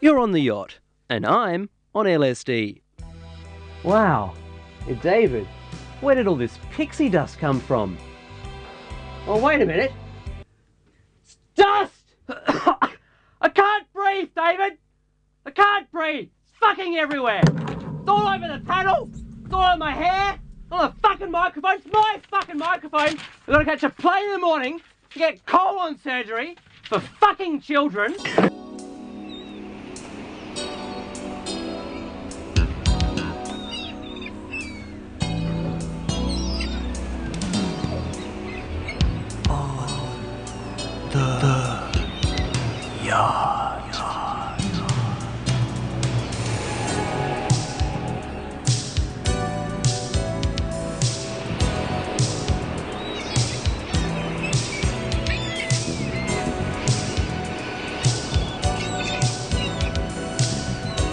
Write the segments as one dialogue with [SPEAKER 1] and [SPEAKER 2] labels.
[SPEAKER 1] You're on the yacht, and I'm on LSD. Wow. Hey, David, where did all this pixie dust come from? Oh, wait a minute. It's dust! I can't breathe, David! I can't breathe! It's fucking everywhere! It's all over the panel! It's all over my hair! On the fucking microphone! It's my fucking microphone! I've got to catch a plane in the morning to get colon surgery for fucking children!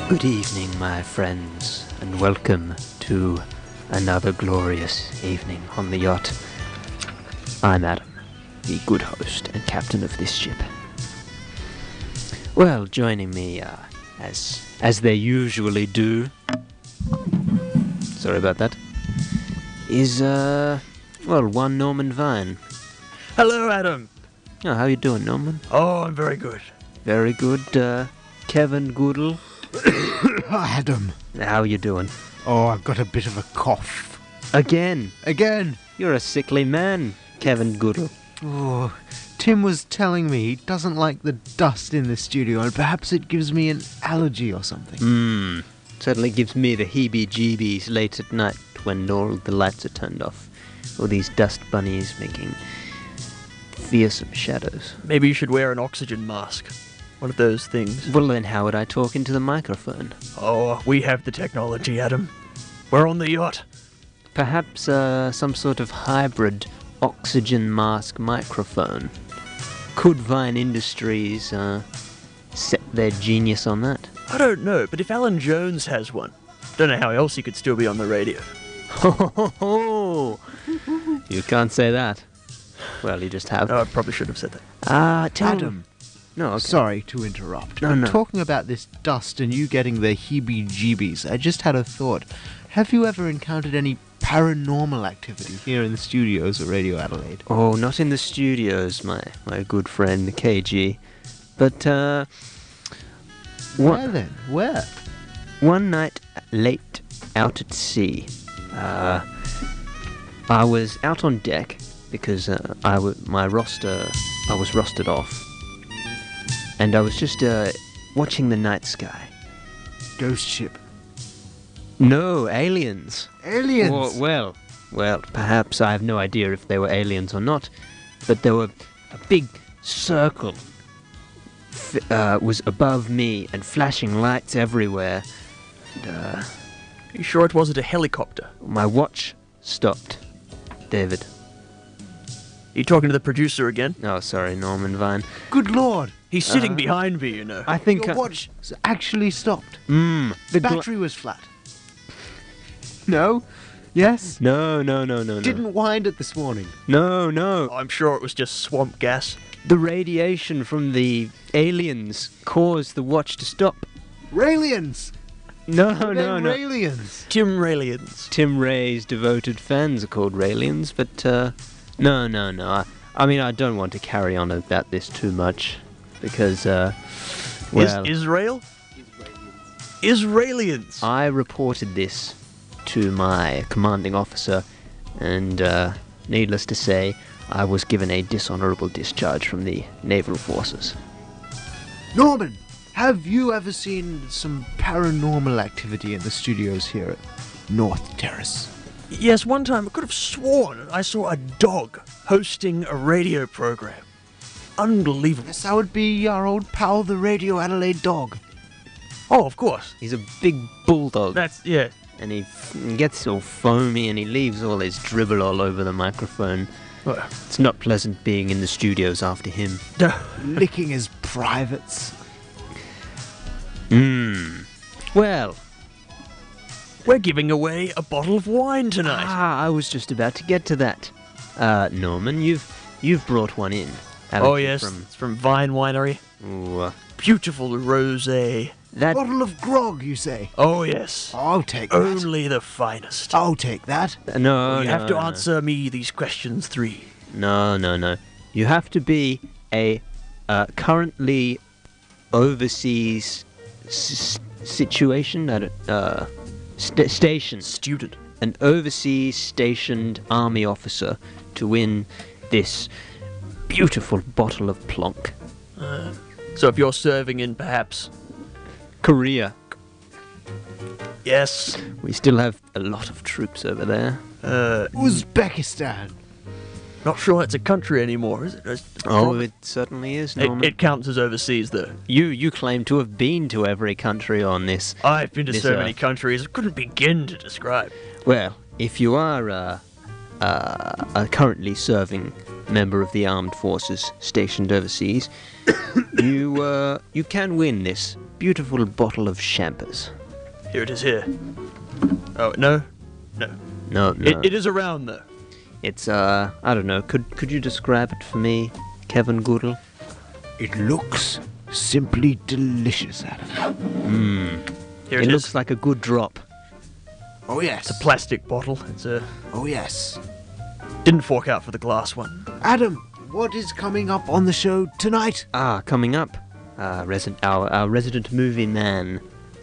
[SPEAKER 1] Good evening, my friends, and welcome to another glorious evening on the yacht. I'm Adam, the good host and captain of this ship. Well, joining me, uh, as as they usually do. Sorry about that. Is uh, well, one Norman Vine.
[SPEAKER 2] Hello, Adam.
[SPEAKER 1] Oh, how you doing, Norman?
[SPEAKER 2] Oh, I'm very good.
[SPEAKER 1] Very good. Uh, Kevin Goodall,
[SPEAKER 2] Adam.
[SPEAKER 1] how you doing?
[SPEAKER 2] Oh, I've got a bit of a cough.
[SPEAKER 1] Again,
[SPEAKER 2] Again.
[SPEAKER 1] you're a sickly man, Kevin Goodall.
[SPEAKER 2] Oh, Tim was telling me he doesn't like the dust in the studio, and perhaps it gives me an allergy or something.
[SPEAKER 1] Hmm. Certainly gives me the heebie jeebies late at night when all the lights are turned off. All these dust bunnies making fearsome shadows.
[SPEAKER 3] Maybe you should wear an oxygen mask. One of those things.
[SPEAKER 1] Well, then, how would I talk into the microphone?
[SPEAKER 3] Oh, we have the technology, Adam. We're on the yacht.
[SPEAKER 1] Perhaps uh, some sort of hybrid oxygen mask microphone. Could Vine Industries uh, set their genius on that?
[SPEAKER 3] I don't know, but if Alan Jones has one, don't know how else he could still be on the radio.
[SPEAKER 1] Ho ho ho! ho. You can't say that. Well, you just have.
[SPEAKER 3] No, I probably should have said that.
[SPEAKER 1] Ah, tell
[SPEAKER 2] Adam,
[SPEAKER 1] No, okay.
[SPEAKER 2] sorry to interrupt.
[SPEAKER 1] No,
[SPEAKER 2] but
[SPEAKER 1] no.
[SPEAKER 2] Talking about this dust and you getting the heebie-jeebies, I just had a thought. Have you ever encountered any paranormal activity here in the studios at Radio Adelaide?
[SPEAKER 1] Oh, not in the studios, my my good friend KG. But uh,
[SPEAKER 2] Where
[SPEAKER 1] one,
[SPEAKER 2] then? Where?
[SPEAKER 1] one night late out at sea, uh, I was out on deck because uh, I w- my roster I was rostered off, and I was just uh, watching the night sky.
[SPEAKER 2] Ghost ship.
[SPEAKER 1] No aliens.
[SPEAKER 2] Aliens.
[SPEAKER 1] Well, well, well, perhaps I have no idea if they were aliens or not, but there were a big circle f- uh, was above me and flashing lights everywhere. And, uh,
[SPEAKER 3] You sure it wasn't a helicopter?
[SPEAKER 1] my watch stopped. David.
[SPEAKER 3] you talking to the producer again?
[SPEAKER 1] Oh, sorry, Norman Vine.
[SPEAKER 2] Good lord.
[SPEAKER 3] He's sitting behind me, you know.
[SPEAKER 1] Uh-huh. I think.
[SPEAKER 2] Your
[SPEAKER 1] I-
[SPEAKER 2] watch s- actually stopped.
[SPEAKER 1] Mm,
[SPEAKER 2] The
[SPEAKER 1] gla-
[SPEAKER 2] battery was flat. no? Yes?
[SPEAKER 1] no, no, no, no, no.
[SPEAKER 2] Didn't wind it this morning.
[SPEAKER 1] No, no.
[SPEAKER 3] I'm sure it was just swamp gas.
[SPEAKER 1] The radiation from the aliens caused the watch to stop.
[SPEAKER 2] Raelians!
[SPEAKER 1] No,
[SPEAKER 2] They're
[SPEAKER 1] Oh, no, no.
[SPEAKER 2] Raelians!
[SPEAKER 3] Tim Raelians.
[SPEAKER 1] Tim Ray's devoted fans are called Raelians, but uh, no, no, no. I, I mean, I don't want to carry on about this too much because, uh, well,
[SPEAKER 3] Is Israel? Israelians.
[SPEAKER 1] I reported this to my commanding officer, and uh, needless to say, I was given a dishonorable discharge from the naval forces.
[SPEAKER 2] Norman, have you ever seen some paranormal activity in the studios here at North Terrace?
[SPEAKER 3] Yes, one time I could have sworn I saw a dog hosting a radio program. Unbelievable.
[SPEAKER 2] Yes, that would be our old pal, the Radio Adelaide dog.
[SPEAKER 3] Oh, of course.
[SPEAKER 1] He's a big bulldog,
[SPEAKER 3] That's, yeah.
[SPEAKER 1] and he f- gets all foamy, and he leaves all his dribble all over the microphone.
[SPEAKER 3] Uh,
[SPEAKER 1] It's not pleasant being in the studios after him.
[SPEAKER 2] Licking his privates.
[SPEAKER 1] Hmm. Well,
[SPEAKER 3] We're giving away a bottle of wine tonight.
[SPEAKER 1] ah, I was just about to get to that. Uh, Norman, you've you've brought one in. haven't
[SPEAKER 3] oh,
[SPEAKER 1] you,
[SPEAKER 3] yes.
[SPEAKER 1] From,
[SPEAKER 3] It's from Vine Winery.
[SPEAKER 1] ooh, uh,
[SPEAKER 3] Beautiful rose.
[SPEAKER 1] That
[SPEAKER 2] Bottle of grog, you say?
[SPEAKER 4] Oh, yes.
[SPEAKER 1] Ah.
[SPEAKER 2] I'll take that.
[SPEAKER 4] Only the finest.
[SPEAKER 2] I'll take that.
[SPEAKER 1] uh, no,
[SPEAKER 4] you
[SPEAKER 1] no,
[SPEAKER 4] have to
[SPEAKER 1] no.
[SPEAKER 4] answer me these questions three.
[SPEAKER 1] No, no, no. You have to be a uh, currently overseas s- situation at a uh, st- station,
[SPEAKER 4] Student.
[SPEAKER 1] an overseas stationed army officer to win this beautiful bottle of plonk.
[SPEAKER 4] So if you're serving in perhaps.
[SPEAKER 1] Korea.
[SPEAKER 4] Yes.
[SPEAKER 1] We still have a lot of troops over there.
[SPEAKER 4] Uh,
[SPEAKER 2] Uzbekistan.
[SPEAKER 4] not sure it's a country anymore, is it? It's-
[SPEAKER 1] Oh, it certainly is,
[SPEAKER 4] It,
[SPEAKER 1] Norman.
[SPEAKER 4] it counts as overseas, though.
[SPEAKER 1] you you claim to have been to every country on this.
[SPEAKER 4] I've been to
[SPEAKER 1] This,
[SPEAKER 4] so
[SPEAKER 1] uh,
[SPEAKER 4] many countries, I couldn't begin to describe.
[SPEAKER 1] Well, if you are uh, uh, a currently serving member of the armed forces stationed overseas, you uh, you can win this beautiful bottle of champers.
[SPEAKER 4] Here it is here. Oh, no? No.
[SPEAKER 1] No, no.
[SPEAKER 4] It, it is around, though.
[SPEAKER 1] It's uh, I don't know. Could could you describe it for me, Kevin Goodall?
[SPEAKER 2] It looks simply delicious, Adam.
[SPEAKER 4] Here
[SPEAKER 1] it
[SPEAKER 4] it
[SPEAKER 1] looks
[SPEAKER 4] is.
[SPEAKER 1] like a good drop.
[SPEAKER 2] Oh yes.
[SPEAKER 4] It's a plastic bottle. It's a.
[SPEAKER 2] oh yes.
[SPEAKER 4] Didn't fork out for the glass one.
[SPEAKER 2] Adam, what is coming up on the show tonight?
[SPEAKER 1] Ah, coming up, uh, resident our, our resident movie man,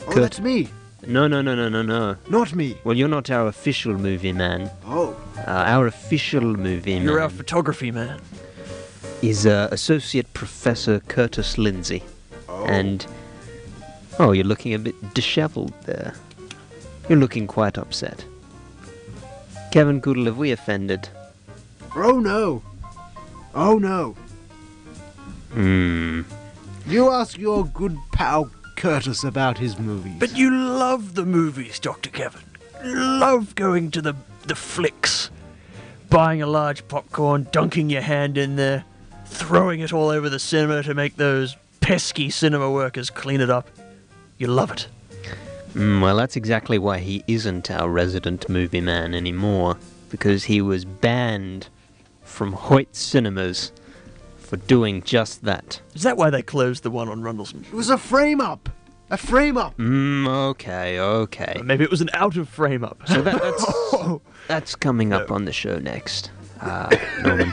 [SPEAKER 2] Oh,
[SPEAKER 1] Kurt.
[SPEAKER 2] that's me,
[SPEAKER 1] No, no, no, no, no, no.
[SPEAKER 2] not me.
[SPEAKER 1] Well, you're not our official movie man.
[SPEAKER 2] Oh,
[SPEAKER 1] Uh, our official movie man.
[SPEAKER 4] You're our photography man.
[SPEAKER 1] is uh, Associate Professor Curtis Lindsay. And. Oh, you're looking a bit disheveled there. You're looking quite upset. Kevin Goodall, have we offended?
[SPEAKER 2] oh no, oh no.
[SPEAKER 1] Hmm.
[SPEAKER 2] You ask your good pal Curtis about his movies.
[SPEAKER 4] But you love the movies, Dr. Kevin. Love going to the, the flicks. Buying a large popcorn, dunking your hand in there, throwing it all over the cinema to make those pesky cinema workers clean it up. You love it.
[SPEAKER 1] Mm, well, that's exactly why he isn't our resident movie man anymore, because he was banned from Hoyt Cinemas for doing just that.
[SPEAKER 4] Is that why they closed the one on uh, Rundleson?
[SPEAKER 2] it was a frame up, a frame up.
[SPEAKER 1] Mm, okay, okay.
[SPEAKER 4] Or Maybe it was an out of frame up.
[SPEAKER 1] So that, that's that's coming up on the show next, uh, Norman.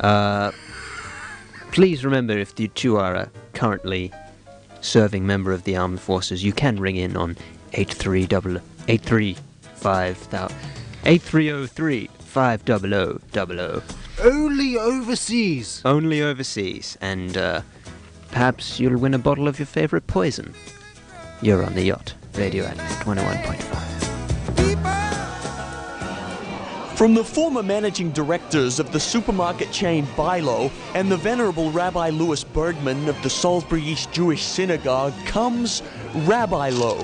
[SPEAKER 1] Uh, please remember, if you two are a currently serving member of the armed forces, you can ring in on eight three double eight three five thousand eight three zero three five double zero double zero.
[SPEAKER 2] Only overseas.
[SPEAKER 1] Only overseas, and uh, perhaps you'll win a bottle of your favorite poison. You're on the yacht. Radio Adams twenty one point five.
[SPEAKER 3] From the former managing directors of the supermarket chain Bilo and the venerable Rabbi Louis Bergman of the Salisbury East Jewish Synagogue comes Rabbi Lo.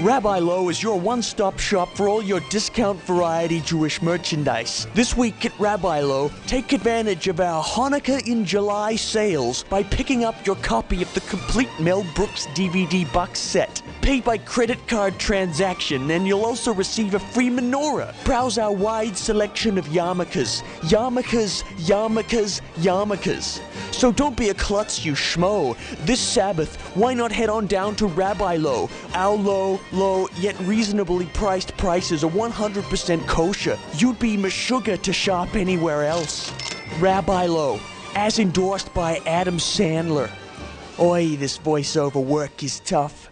[SPEAKER 3] Rabbi Lo is your one stop shop for all your discount variety Jewish merchandise. This week at Rabbi Lo, take advantage of our Hanukkah in July sales by picking up your copy of the complete Mel Brooks DVD box set. Pay by credit card transaction, and you'll also receive a free menorah. Browse our wide selection of yarmulkes. Yarmulkes, yarmulkes, yarmulkes. So don't be a klutz, you schmo. This Sabbath, why not head on down to Rabbi Lo? Our low, low, yet reasonably priced prices are 100% kosher. You'd be meshuggah to shop anywhere else. Rabbi Lo, as endorsed by Adam Sandler. Oi, this voiceover work is tough.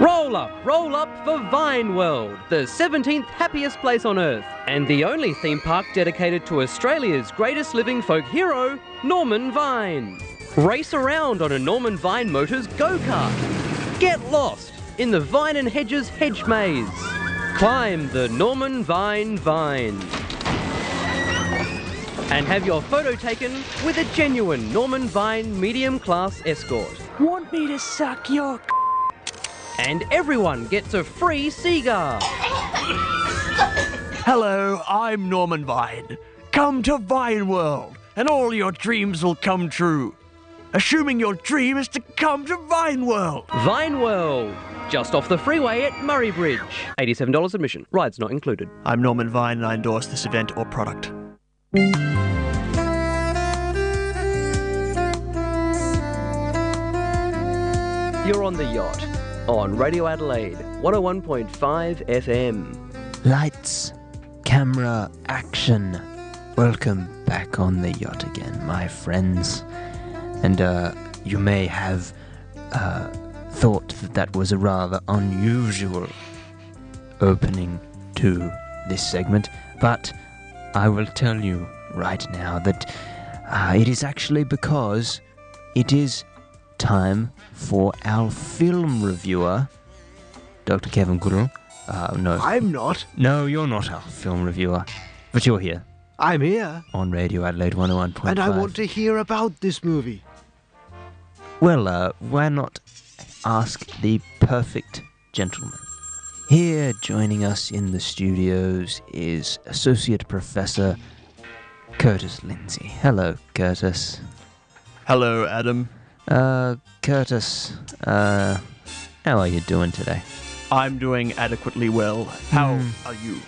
[SPEAKER 5] Roll up, roll up for Vine World, the 17th happiest place on earth, and the only theme park dedicated to Australia's greatest living folk hero, Norman Vine. Race around on a Norman Vine Motors go kart. Get lost in the Vine and Hedges hedge maze. Climb the Norman Vine Vine. And have your photo taken with a genuine Norman Vine medium class escort.
[SPEAKER 3] Want me to suck your
[SPEAKER 5] And everyone gets a free cigar.
[SPEAKER 4] Hello, I'm Norman Vine. Come to Vine World, and all your dreams will come true. Assuming your dream is to come to Vine World.
[SPEAKER 5] Vine World, just off the freeway at Murray Bridge. $87 admission, rides not included.
[SPEAKER 4] I'm Norman Vine, and I endorse this event or product.
[SPEAKER 6] You're on the yacht on Radio Adelaide 101.5 FM.
[SPEAKER 7] Lights, camera, action. Welcome back on the yacht again, my friends. And uh, you may have uh, thought that that was a rather unusual opening to this segment, but I will tell you right now that uh, it is actually because it is time for our film reviewer, Dr. Kevin Goodall. Uh, no,
[SPEAKER 2] I'm not.
[SPEAKER 7] no, you're not our film reviewer, but you're here
[SPEAKER 2] I'm here,
[SPEAKER 7] on Radio Adelaide 101.5.
[SPEAKER 2] and I want to hear about this movie.
[SPEAKER 7] Well, uh, why not ask the perfect gentleman? Here joining us in the studios is Associate Professor Curtis Lindsay. Hello, Curtis.
[SPEAKER 8] Hello, Adam.
[SPEAKER 7] Uh, Curtis, uh, how are you doing today?
[SPEAKER 8] I'm doing adequately well. How
[SPEAKER 1] Hmm.
[SPEAKER 8] are you?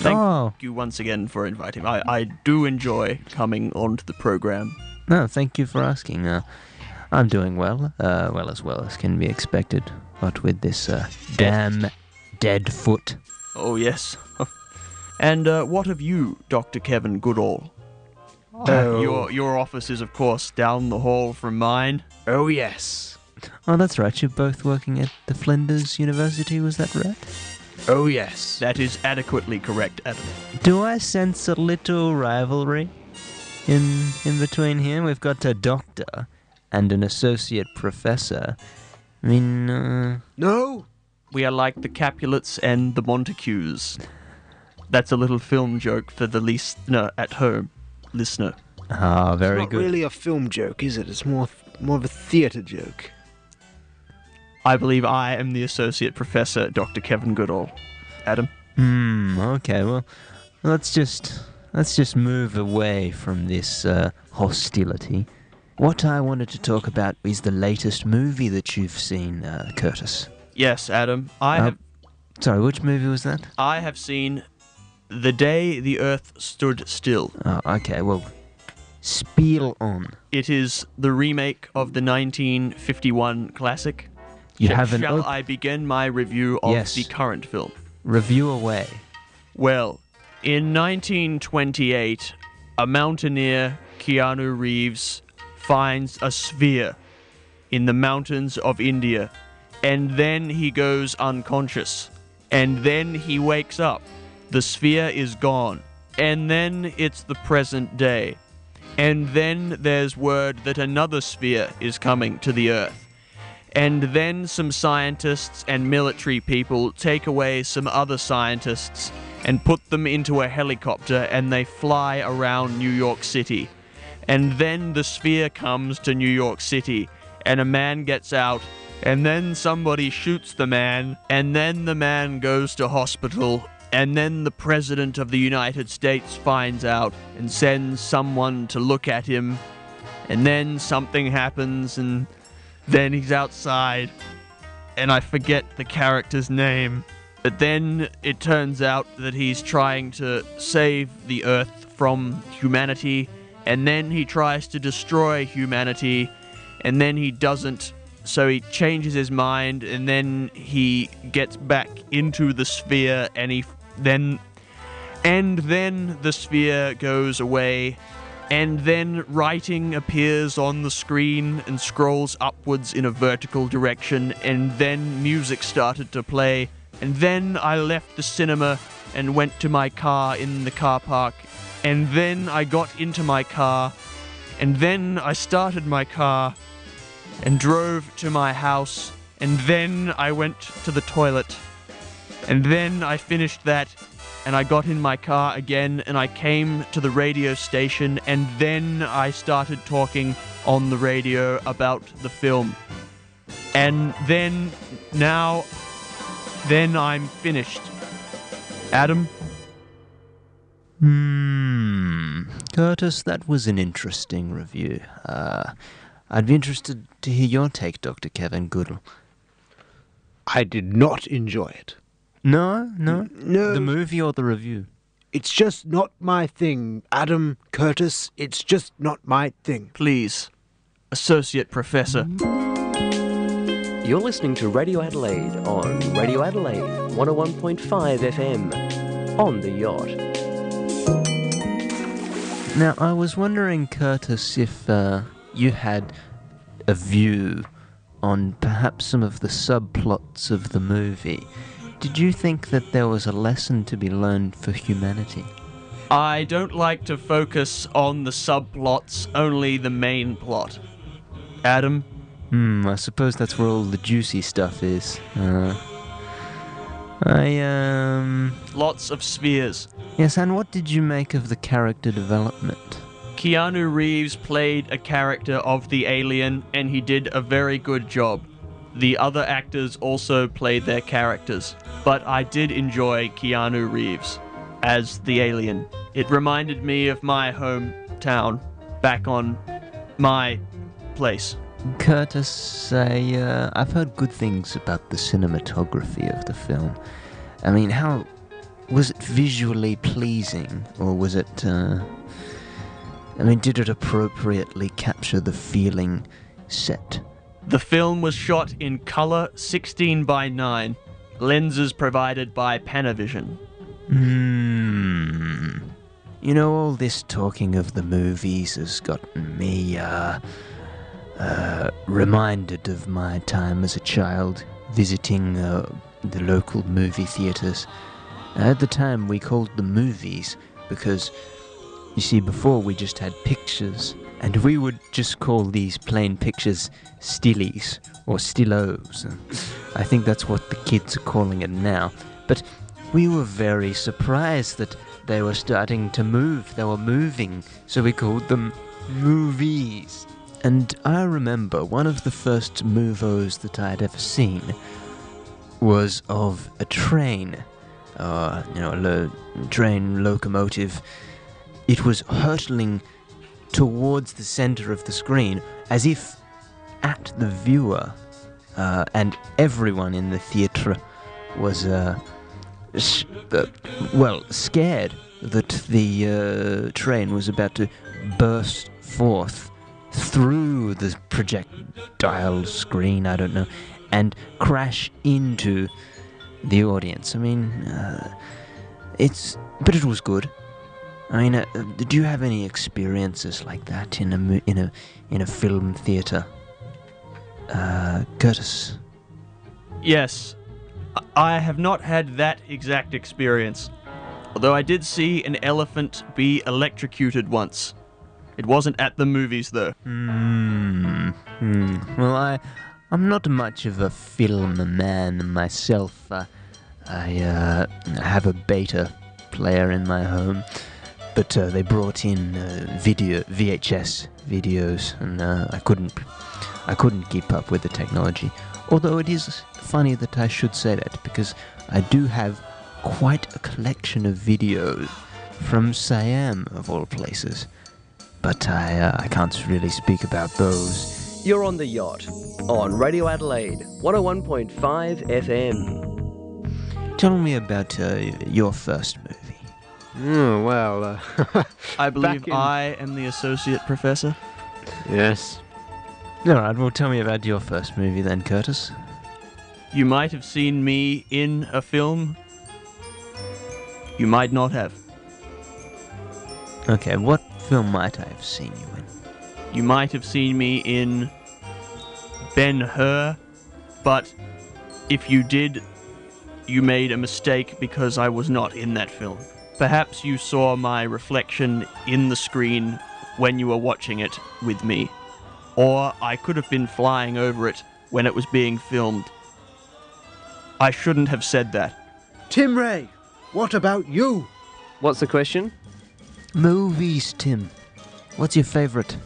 [SPEAKER 8] Thank
[SPEAKER 7] Oh.
[SPEAKER 8] you once again for inviting me. I, I do enjoy coming onto the program.
[SPEAKER 7] No, thank you for asking. Uh, I'm doing well, uh, well as well as can be expected, but with this uh, damn dead foot.
[SPEAKER 8] Oh, yes. and uh, what of you, Dr. Kevin Goodall? Uh, your, your office is, of course, down the hall from mine.
[SPEAKER 2] Oh, yes.
[SPEAKER 7] Oh, that's right. You're both working at the Flinders University, was that right?
[SPEAKER 2] Oh, yes.
[SPEAKER 8] That is adequately correct, Adam.
[SPEAKER 7] Do I sense a little rivalry in in between here? We've got a doctor and an associate professor. I mean, uh,
[SPEAKER 2] No?
[SPEAKER 8] We are like the Capulets and the Montagues. That's a little film joke for the listener at home. Listener.
[SPEAKER 7] ah, very
[SPEAKER 2] not
[SPEAKER 7] good.
[SPEAKER 2] really a film joke, is it? It's more, more of a theatre joke.
[SPEAKER 8] I believe I am the associate professor, Dr. Kevin Goodall. Adam?
[SPEAKER 7] Hmm. Okay. Well, let's just let's just move away from this uh, hostility. What I wanted to talk about is the latest movie that you've seen, uh, Curtis.
[SPEAKER 8] Yes, Adam. I
[SPEAKER 7] Uh,
[SPEAKER 8] have
[SPEAKER 7] Sorry, which movie was that?
[SPEAKER 8] I have seen The Day the Earth Stood Still.
[SPEAKER 7] Oh, okay. Well, spiel on.
[SPEAKER 8] It is the remake of the 1951 classic.
[SPEAKER 7] You
[SPEAKER 8] Sh-
[SPEAKER 7] have an
[SPEAKER 8] Shall
[SPEAKER 7] op-
[SPEAKER 8] I begin my review of
[SPEAKER 7] Yes.
[SPEAKER 8] the current film?
[SPEAKER 7] review away.
[SPEAKER 8] Well, in 1928, a mountaineer, Keanu Reeves, finds a sphere in the mountains of India, and then he goes unconscious. And then he wakes up. The sphere is gone. And then it's the present day. And then there's word that another sphere is coming to the Earth. And then some scientists and military people take away some other scientists and put them into a helicopter and they fly around New York City. And then the sphere comes to New York City and a man gets out and then somebody shoots the man and then the man goes to hospital and then the president of the United States finds out and sends someone to look at him and then something happens and then he's outside, and I forget the character's name. But then it turns out that he's trying to save the Earth from humanity, and then he tries to destroy humanity, and then he doesn't. So he changes his mind, and then he gets back into the sphere, and he f- then. And then the sphere goes away, and then writing appears on the screen and scrolls upwards in a vertical direction, and then music started to play. And then I left the cinema and went to my car in the car park. And then I got into my car, and then I started my car and drove to my house. And then I went to the toilet. And then I finished that, and I got in my car again, and I came to the radio station, and then I started talking on the radio about the film. And then, now, then I'm finished. Adam?
[SPEAKER 7] Hmm. Curtis, that was an interesting review. Uh, I'd be interested to hear your take, Dr. Kevin Goodall.
[SPEAKER 2] I did not enjoy it.
[SPEAKER 7] No, no.
[SPEAKER 2] No.
[SPEAKER 7] The movie or the review?
[SPEAKER 2] It's just not my thing, Adam Curtis. It's just not my thing.
[SPEAKER 8] Please, Associate Professor.
[SPEAKER 6] You're listening to Radio Adelaide on Radio Adelaide 101.5 FM on the yacht.
[SPEAKER 7] Now, I was wondering, Curtis, if uh, you had a view on perhaps some of the subplots of the movie. Did you think that there was a lesson to be learned for humanity?
[SPEAKER 8] I don't like to focus on the subplots, only the main plot. Adam?
[SPEAKER 7] Hmm, I suppose that's where all the juicy stuff is. Uh, I, um.
[SPEAKER 8] Lots of spheres.
[SPEAKER 7] Yes, and what did you make of the character development?
[SPEAKER 8] Keanu Reeves played a character of the alien, and he did a very good job. The other actors also played their characters, but I did enjoy Keanu Reeves as the alien. It reminded me of my hometown, back on my place.
[SPEAKER 7] Curtis, I, uh, I've heard good things about the cinematography of the film. I mean, how was it visually pleasing, or was it? Uh, I mean, did it appropriately capture the feeling set?
[SPEAKER 8] The film was shot in color 16 by 9, lenses provided by Panavision.
[SPEAKER 7] Hmm. You know, all this talking of the movies has gotten me uh, uh, reminded of my time as a child visiting uh, the local movie theaters. At the time, we called them movies because, you see, before we just had pictures, and we would just call these plain pictures stillies or stillos. I think that's what the kids are calling it now. But we were very surprised that they were starting to move. They were moving, so we called them movies. And I remember one of the first movos that I'd ever seen was of a train, uh, you know, a lo- train locomotive. It was hurtling towards the center of the screen as if at the viewer, uh, and everyone in the theatre was. Uh, s- uh, well, scared that the uh, train was about to burst forth through the projectile screen, I don't know, and crash into the audience. I mean, uh, it's. But it was good. I mean, uh, uh, do you have any experiences like that in a mo- in a in a film theater, uh, Curtis?
[SPEAKER 8] Yes, I- I have not had that exact experience. Although I did see an elephant be electrocuted once. It wasn't at the movies, though.
[SPEAKER 7] Hmm. Hmm. Well, I, I'm not much of a film man myself. Uh, I uh, have a beta player in my home, but uh, they brought in uh, video VHS videos, and uh, I couldn't, I couldn't keep up with the technology. Although it is funny that I should say that because I do have quite a collection of videos from Siam of all places but I, uh, I can't really speak about those.
[SPEAKER 6] You're on the yacht on Radio Adelaide 101.5 FM.
[SPEAKER 7] Tell me about uh, your first movie.
[SPEAKER 2] Oh, well, uh,
[SPEAKER 8] I believe
[SPEAKER 2] in-
[SPEAKER 8] I am the associate professor.
[SPEAKER 2] yes.
[SPEAKER 7] All right, well, tell me about your first movie then, Curtis.
[SPEAKER 8] You might have seen me in a film. You might not have.
[SPEAKER 7] Okay, what film might I have seen you in?
[SPEAKER 8] You might have seen me in Ben Hur, but if you did, you made a mistake because I was not in that film. Perhaps you saw my reflection in the screen when you were watching it with me, or I could have been flying over it when it was being filmed. I shouldn't have said that.
[SPEAKER 2] Tim Ray, what about you?
[SPEAKER 6] What's the question?
[SPEAKER 7] Movies, Tim. What's your favorite?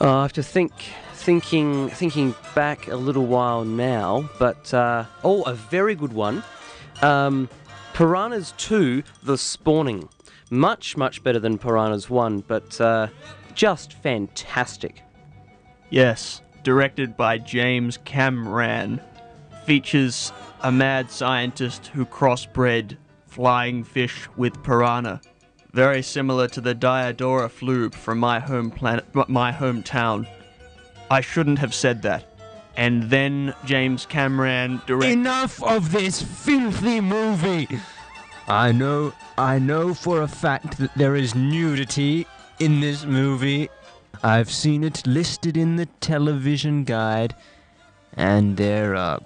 [SPEAKER 6] Uh, I have to think, thinking, thinking back a little while now. But uh, oh, a very good one. Um, Piranhas 2: The Spawning, much much better than Piranhas 1, but uh, just fantastic.
[SPEAKER 8] Yes, directed by James Camran, features a mad scientist who crossbred flying fish with piranha, very similar to the Diodora flube from my home planet, m- my hometown. I shouldn't have said that. and then James Cameron directed.
[SPEAKER 1] Enough of this filthy movie! I know, I know for a fact that there is nudity in this movie. I've seen it listed in the television guide, and there, uh,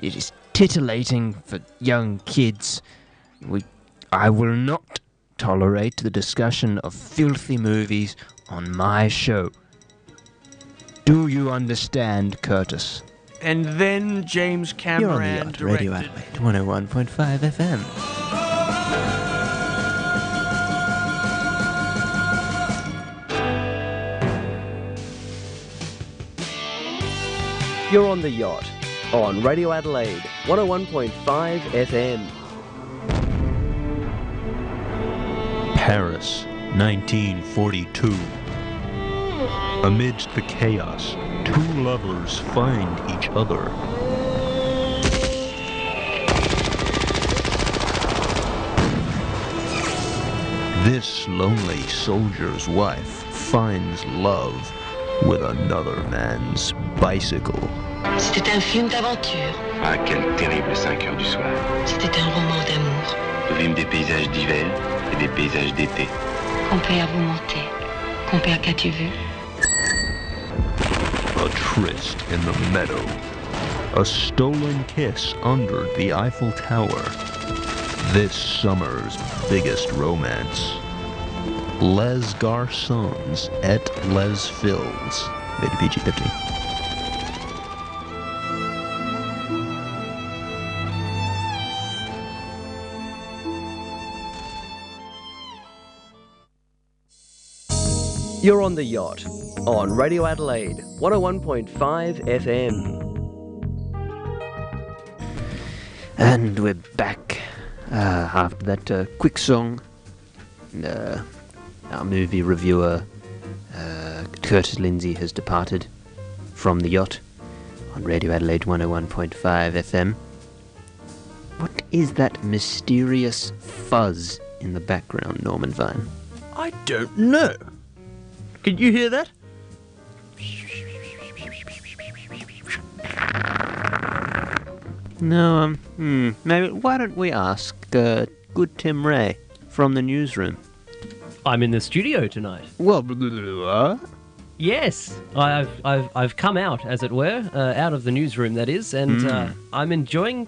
[SPEAKER 1] it is titillating for young kids. We, I will not tolerate the discussion of filthy movies on my show. Do you understand, Curtis?
[SPEAKER 8] And then James
[SPEAKER 1] You're
[SPEAKER 8] Cameron
[SPEAKER 1] on the Yacht Radio
[SPEAKER 8] directed.
[SPEAKER 1] Adelaide 101.5 FM.
[SPEAKER 9] You're on the yacht on Radio Adelaide 101.5 FM.
[SPEAKER 7] Paris, 1942. Amidst the chaos, two lovers find each other. This lonely soldier's wife finds love with another man's bicycle.
[SPEAKER 10] C'était un film d'aventure.
[SPEAKER 11] À Ah, quelle terrible 5 heures du soir.
[SPEAKER 10] C'était un roman d'amour.
[SPEAKER 11] Nous vîmes des paysages d'hiver et des paysages d'été.
[SPEAKER 10] Compé à vous monter. Compé à qu'as-tu vu
[SPEAKER 7] A tryst in the meadow. A stolen kiss under the Eiffel Tower. This summer's biggest romance. Les Garçons et Les Filles. Rated PG 15.
[SPEAKER 9] You're on the yacht on Radio Adelaide 101.5 FM.
[SPEAKER 1] And we're back uh, after that uh, quick song. Uh, our movie reviewer, uh, Curtis Lindsay, has departed from the yacht on Radio Adelaide 101.5 FM. What is that mysterious fuzz in the background, Norman Vine?
[SPEAKER 8] I don't know. Can you hear that?
[SPEAKER 1] No, um, hmm. Maybe, why don't we ask uh, good Tim Ray from the newsroom?
[SPEAKER 6] I'm in the studio tonight.
[SPEAKER 1] Well, blah, blah, blah, blah.
[SPEAKER 6] Yes, I've I've I've come out, as it were, uh, out of the newsroom that is, and uh, I'm enjoying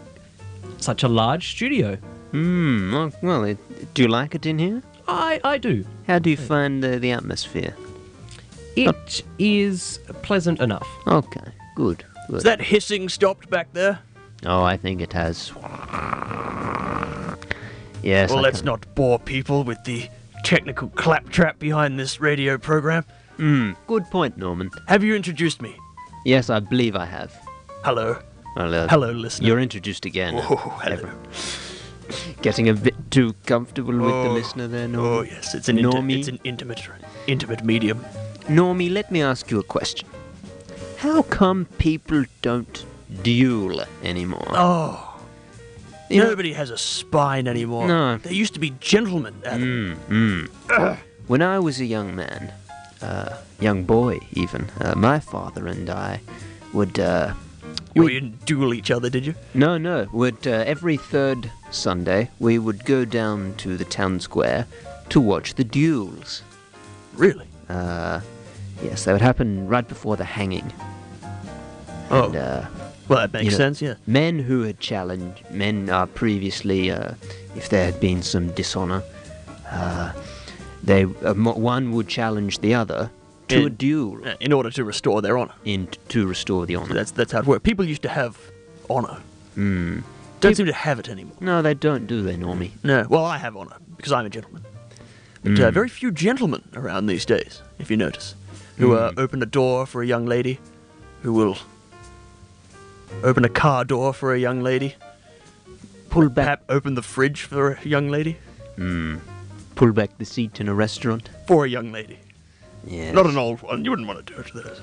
[SPEAKER 6] such a large studio.
[SPEAKER 1] Hmm. well- Well, it, do you like it in here?
[SPEAKER 6] I I do.
[SPEAKER 1] How do you find the, the atmosphere?
[SPEAKER 6] It is pleasant enough.
[SPEAKER 1] Okay, good. good.
[SPEAKER 8] Is that hissing stopped back there?
[SPEAKER 1] oh, I think it has. Yes.
[SPEAKER 8] Well,
[SPEAKER 1] I
[SPEAKER 8] let's
[SPEAKER 1] can-
[SPEAKER 8] not bore people with the technical claptrap behind this radio program.
[SPEAKER 1] Hmm, good point, Norman.
[SPEAKER 8] Have you introduced me?
[SPEAKER 1] Yes, I believe I have.
[SPEAKER 8] Hello.
[SPEAKER 1] Well, uh,
[SPEAKER 8] Hello, listener.
[SPEAKER 1] You're introduced again.
[SPEAKER 8] Oh, hello.
[SPEAKER 1] Getting a bit too comfortable with the
[SPEAKER 8] Oh,
[SPEAKER 1] listener there, Norman.
[SPEAKER 8] Oh yes, it's an inter-
[SPEAKER 1] Normie.
[SPEAKER 8] it's an intimate intimate medium.
[SPEAKER 1] Normie, let me ask you a question. How come people don't duel anymore?
[SPEAKER 8] Oh,
[SPEAKER 1] You know-
[SPEAKER 8] nobody has a spine anymore.
[SPEAKER 1] No.
[SPEAKER 8] There used to be gentlemen. Adam.
[SPEAKER 1] When I was a young man, uh, young boy even, uh, my father and I would, uh,
[SPEAKER 8] You
[SPEAKER 1] we-
[SPEAKER 8] didn't duel each other, did you?
[SPEAKER 1] no, no, would uh, every third Sunday we would go down to the town square to watch the duels.
[SPEAKER 8] Really?
[SPEAKER 1] Uh, yes, they would happen right before the hanging.
[SPEAKER 8] Oh,
[SPEAKER 1] And, uh,
[SPEAKER 8] well, that makes
[SPEAKER 1] you know,
[SPEAKER 8] sense. Yeah.
[SPEAKER 1] Men who had challenged men uh, previously, uh, if there had been some dishonor, uh, they uh, mo- one would challenge the other to a
[SPEAKER 8] In-
[SPEAKER 1] duel
[SPEAKER 8] Uh, In order to restore their honor.
[SPEAKER 1] in to restore the honor.
[SPEAKER 8] That's that's how it worked. People used to have honor.
[SPEAKER 1] Hmm.
[SPEAKER 8] Don't seem to have it anymore.
[SPEAKER 1] No, they don't, do they, Normie?
[SPEAKER 8] No. Well, I have honor because I'm a gentleman. But uh, very few gentlemen around these days, if you notice, who uh, open a door for a young lady, who will open a car door for a young lady,
[SPEAKER 1] Pull back,
[SPEAKER 8] perhaps open the fridge for a young lady,
[SPEAKER 1] pull back the seat in a restaurant.
[SPEAKER 8] for a young lady,
[SPEAKER 1] Yeah.
[SPEAKER 8] not an old one. You wouldn't want to do it to those.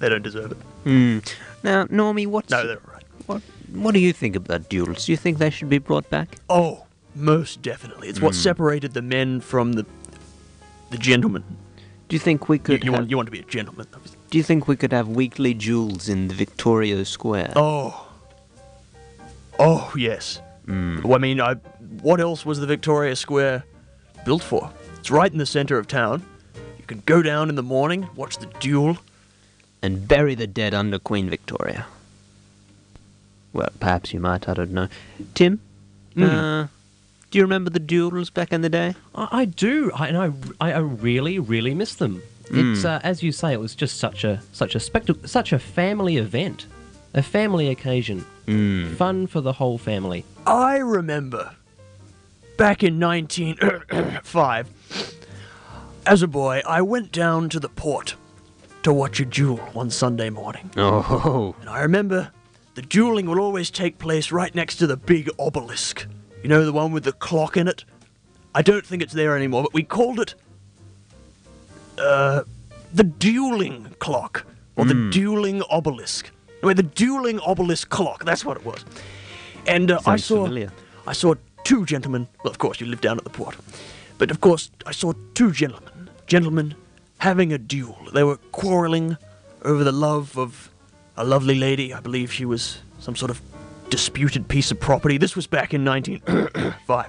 [SPEAKER 8] They don't deserve it.
[SPEAKER 1] Hmm. Now, Normie, what's
[SPEAKER 8] No, they're all right.
[SPEAKER 1] what? What do you think about duels? Do you think they should be brought back?
[SPEAKER 8] Oh, most definitely. It's what separated the men from the the gentlemen.
[SPEAKER 1] Do you think we
[SPEAKER 8] You,
[SPEAKER 1] could?
[SPEAKER 8] you
[SPEAKER 1] have,
[SPEAKER 8] want you want to be a gentleman. obviously.
[SPEAKER 1] do Do you think we could have weekly duels in the Victoria Square?
[SPEAKER 3] Oh. Oh, yes.
[SPEAKER 8] Mm.
[SPEAKER 3] Well, I mean, I, what else was the Victoria Square built for? It's right in the center of town. You can go down in the morning, watch the duel.
[SPEAKER 1] And bury the dead under Queen Victoria. Well, perhaps you might, I don't know. Tim?
[SPEAKER 3] Hmm.
[SPEAKER 1] Uh, do you remember the duels back in the day?
[SPEAKER 6] I, I do, I, and I, I I really, really miss them. It's
[SPEAKER 1] Mm.
[SPEAKER 6] uh, as you say, it was just such a such a spectacle, such a family event, a family occasion,
[SPEAKER 1] Mm.
[SPEAKER 6] fun for the whole family.
[SPEAKER 3] I remember back in 195, as a boy, I went down to the port to watch a duel one Sunday morning.
[SPEAKER 1] Oh.
[SPEAKER 3] And I remember the dueling would always take place right next to the big obelisk. You know, the one with the clock in it? I don't think it's there anymore, but we called it uh, the dueling clock, or the dueling obelisk. Wait, the dueling obelisk clock, that's what it was. And uh, I
[SPEAKER 1] Sounds
[SPEAKER 3] saw
[SPEAKER 1] familiar.
[SPEAKER 3] I saw two gentlemen. Well, of course, you live down at the port. But of course, I saw two gentlemen. Gentlemen having a duel. They were quarreling over the love of a lovely lady. I believe she was some sort of disputed piece of property. This was back in 1905.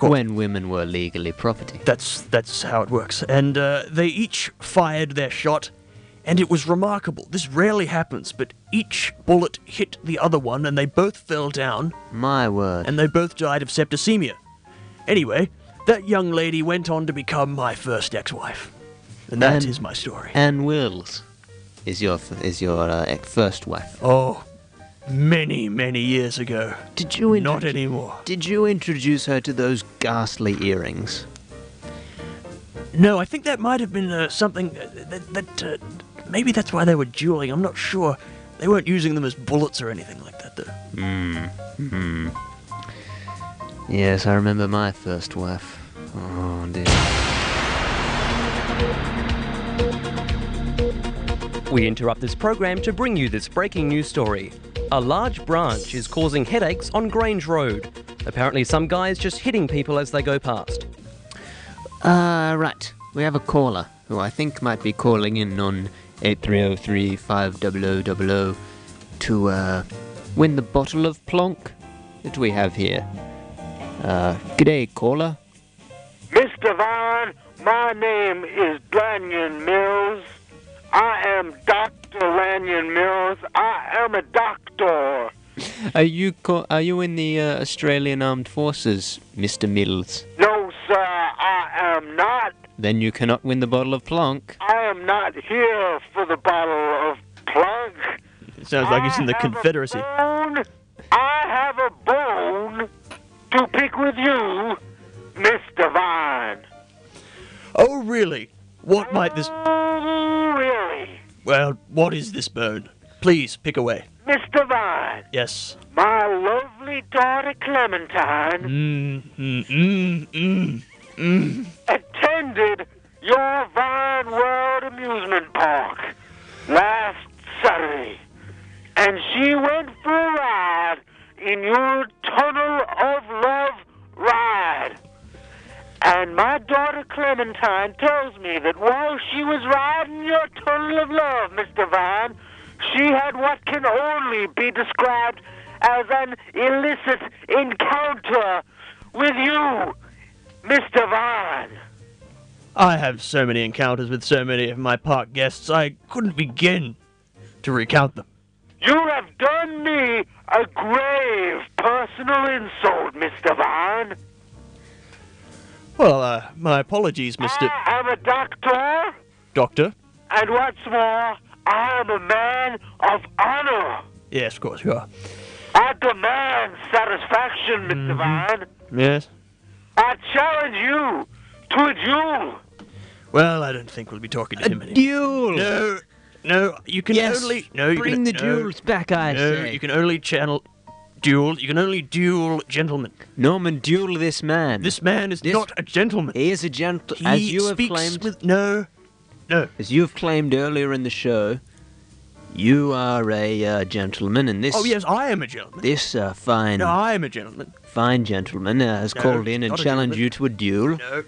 [SPEAKER 1] When women were legally property.
[SPEAKER 3] That's that's how it works. And uh, they each fired their shot, and it was remarkable. This rarely happens, but each bullet hit the other one, and they both fell down.
[SPEAKER 1] My word.
[SPEAKER 3] And they both died of septicemia. Anyway, that young lady went on to become my first ex-wife, and that is my story.
[SPEAKER 1] Anne Wills is your f- is your uh, ex- first wife.
[SPEAKER 3] Oh, many many years ago.
[SPEAKER 1] Did you
[SPEAKER 3] Not anymore.
[SPEAKER 1] Did you introduce her to those ghastly earrings?
[SPEAKER 3] No, I think that might have been uh, something uh, that, that uh, maybe that's why they were dueling. I'm not sure. They weren't using them as bullets or anything like that, though.
[SPEAKER 1] Mm. Hmm. Yes, I remember my first wife. Oh dear.
[SPEAKER 12] We interrupt this program to bring you this breaking news story. A large branch is causing headaches on Grange Road. Apparently, some guy is just hitting people as they go past.
[SPEAKER 1] Uh, right. We have a caller who I think might be calling in on 8303 to uh, win the bottle of plonk that we have here. Uh, g'day, caller.
[SPEAKER 11] Mr. Vaughn, my name is Lanyon Mills. I am Dr. Lanyon Mills. I am a doctor.
[SPEAKER 1] Are you co- are you in the uh, Australian Armed Forces, Mr. Mills?
[SPEAKER 11] No, sir, I am not.
[SPEAKER 1] Then you cannot win the bottle of plonk.
[SPEAKER 11] I am not here for the bottle of plug.
[SPEAKER 3] It sounds like he's in the Confederacy.
[SPEAKER 11] Bone. I have a bone to pick with you, Mr. Vaughn.
[SPEAKER 3] Oh, really? What might this.
[SPEAKER 11] Oh, really?
[SPEAKER 3] Well, what is this bone? Please pick away.
[SPEAKER 11] Mr. Vaughn,
[SPEAKER 3] Yes.
[SPEAKER 11] my lovely daughter Clementine
[SPEAKER 3] Mm, mm, mm, mm, mm.
[SPEAKER 11] attended your Vine World amusement park last Saturday, and she went for a ride in your Tunnel of Love ride. And my daughter Clementine tells me that while she was riding your Tunnel of Love, Mr. Vine, she had what can only be described as an illicit encounter with you, Mr. Vine.
[SPEAKER 3] I have so many encounters with so many of my park guests, I couldn't begin to recount them.
[SPEAKER 11] You have done me a grave personal insult, Mr. Vaughn.
[SPEAKER 3] Well, uh, my apologies, Mr.
[SPEAKER 11] I am a doctor,
[SPEAKER 3] Doctor.
[SPEAKER 11] and what's more, I am a man of honor.
[SPEAKER 3] Yes, of course you are.
[SPEAKER 11] I demand satisfaction, mister Vaughn.
[SPEAKER 3] Mm-hmm. Yes.
[SPEAKER 11] I challenge you to a duel.
[SPEAKER 3] Well, I don't think we'll be talking to him anymore.
[SPEAKER 1] Duel.
[SPEAKER 3] No, no, you can
[SPEAKER 1] Yes,
[SPEAKER 3] only no. You
[SPEAKER 1] bring
[SPEAKER 3] can,
[SPEAKER 1] the
[SPEAKER 3] no,
[SPEAKER 1] duels back, I
[SPEAKER 3] no,
[SPEAKER 1] say.
[SPEAKER 3] you can only channel duel. You can only duel gentlemen.
[SPEAKER 1] Norman, duel this man.
[SPEAKER 3] This man is
[SPEAKER 1] This-
[SPEAKER 3] not a gentleman.
[SPEAKER 1] He is a gentleman.
[SPEAKER 3] He
[SPEAKER 1] As you have
[SPEAKER 3] speaks
[SPEAKER 1] claimed,
[SPEAKER 3] with no, no.
[SPEAKER 1] as you have claimed earlier in the show, you are a uh, gentleman, and this
[SPEAKER 3] oh yes, I am a gentleman.
[SPEAKER 1] this uh, fine
[SPEAKER 3] No, I am a gentleman.
[SPEAKER 1] fine gentleman uh, has
[SPEAKER 3] No,
[SPEAKER 1] called in and
[SPEAKER 3] not a
[SPEAKER 1] challenged
[SPEAKER 3] gentleman.
[SPEAKER 1] you to a duel.
[SPEAKER 3] No,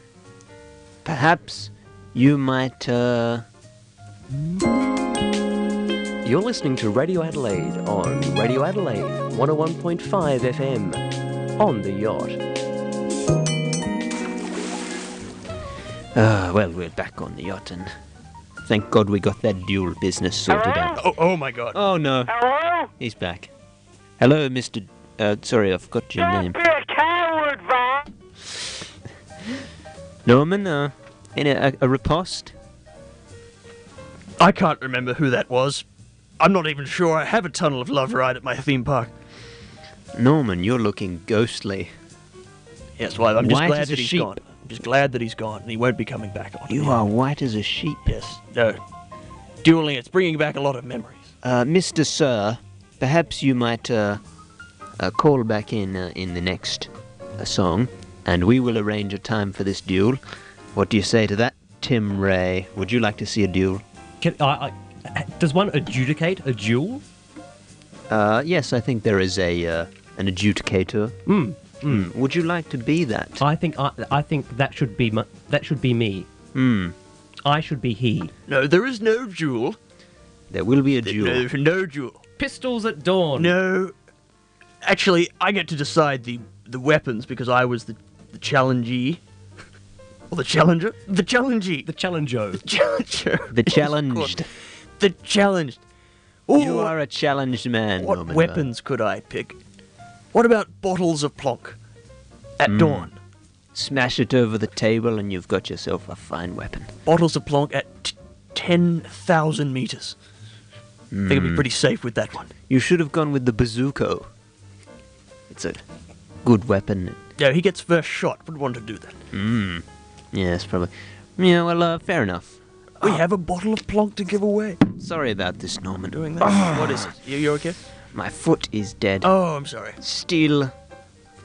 [SPEAKER 1] Perhaps you might uh,
[SPEAKER 6] You're listening to Radio Adelaide on Radio Adelaide 101.5 FM on the yacht.
[SPEAKER 1] Ah, well, we're back on the yacht, and thank God we got that dual business sorted out.
[SPEAKER 3] Oh, oh my god.
[SPEAKER 1] Oh no.
[SPEAKER 13] Hello?
[SPEAKER 1] He's back. Hello, Mr. Uh, sorry, I forgot your name.
[SPEAKER 13] Be a coward, Vaughn.
[SPEAKER 1] Norman, uh, in a, a, a riposte?
[SPEAKER 3] I can't remember who that was. I'm not even sure I have a tunnel of love ride at my theme park.
[SPEAKER 1] Norman, you're looking ghostly.
[SPEAKER 3] Yes, well, I'm just
[SPEAKER 1] White
[SPEAKER 3] glad
[SPEAKER 1] as a
[SPEAKER 3] that he's
[SPEAKER 1] sheep.
[SPEAKER 3] gone. I'm just glad that he's gone, and he won't be coming back. On
[SPEAKER 1] You are white as a sheep.
[SPEAKER 3] Yes, no. Dueling, it's bringing back a lot of memories.
[SPEAKER 1] Uh, Mr. Sir, perhaps you might uh, uh, call back in uh, in the next uh, song, and we will arrange a time for this duel. What do you say to that, Tim Ray? Would you like to see a duel?
[SPEAKER 8] Can, I, I, does one adjudicate a duel?
[SPEAKER 1] Uh, yes, I think there is a uh, an adjudicator.
[SPEAKER 8] Mm.
[SPEAKER 1] Hmm. Would you like to be that?
[SPEAKER 8] I think I, I think that should be my, that should be me.
[SPEAKER 1] Hmm.
[SPEAKER 8] I should be he.
[SPEAKER 3] No, there is no duel.
[SPEAKER 1] There will be a duel.
[SPEAKER 3] No, no duel.
[SPEAKER 8] Pistols at dawn.
[SPEAKER 3] No. Actually, I get to decide the, the weapons because I was the, the challengee. Or the challenger? The challengee.
[SPEAKER 8] The challenger.
[SPEAKER 3] challenger.
[SPEAKER 1] The challenged.
[SPEAKER 3] The challenged.
[SPEAKER 1] you
[SPEAKER 3] Ooh,
[SPEAKER 1] are a challenged man,
[SPEAKER 3] what
[SPEAKER 1] Norman.
[SPEAKER 3] weapons could I pick? What about bottles of plonk? At
[SPEAKER 1] Hmm.
[SPEAKER 3] dawn.
[SPEAKER 1] Smash it over the table, and you've got yourself a fine weapon.
[SPEAKER 3] Bottles of plonk at t- 10,000 meters. I think I'd be
[SPEAKER 1] Hmm.
[SPEAKER 3] pretty safe with that one.
[SPEAKER 1] You should have gone with the bazooka. It's a good weapon.
[SPEAKER 3] No, he gets first shot. Would want to do that.
[SPEAKER 1] Mm. Yes, probably. Yeah, well, uh, fair enough.
[SPEAKER 3] We
[SPEAKER 1] Ah.
[SPEAKER 3] have a bottle of plonk to give away.
[SPEAKER 1] Sorry about this, Norman.
[SPEAKER 3] Doing
[SPEAKER 1] Ah.
[SPEAKER 3] that. what is it? You, you okay?
[SPEAKER 1] My foot is dead.
[SPEAKER 3] Oh, I'm sorry.
[SPEAKER 1] Still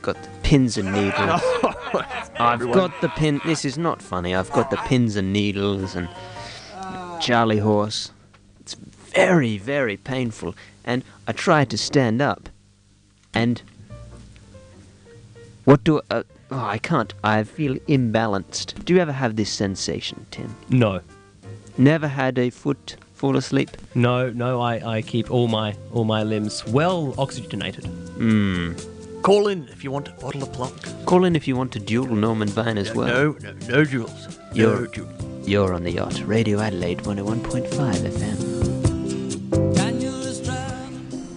[SPEAKER 1] got the pins and needles. I've
[SPEAKER 3] Everyone-
[SPEAKER 1] got the pin. This is not funny. I've got the pins and needles and Charlie horse. It's very, very painful. And I tried to stand up. And what do I? Uh, oh, I can't. I feel imbalanced. Do you ever have this sensation, Tim?
[SPEAKER 8] No.
[SPEAKER 1] Never had a foot fall asleep.
[SPEAKER 8] No, no, I, I keep all my all my limbs well oxygenated.
[SPEAKER 1] Hmm.
[SPEAKER 3] Call in if you want a bottle of plonk.
[SPEAKER 1] Call in if you want to duel Norman Vine as
[SPEAKER 3] No,
[SPEAKER 1] well.
[SPEAKER 3] no, no, no duels.
[SPEAKER 1] You're-
[SPEAKER 3] No duels.
[SPEAKER 1] You're on the yacht. Radio Adelaide 101.5 FM.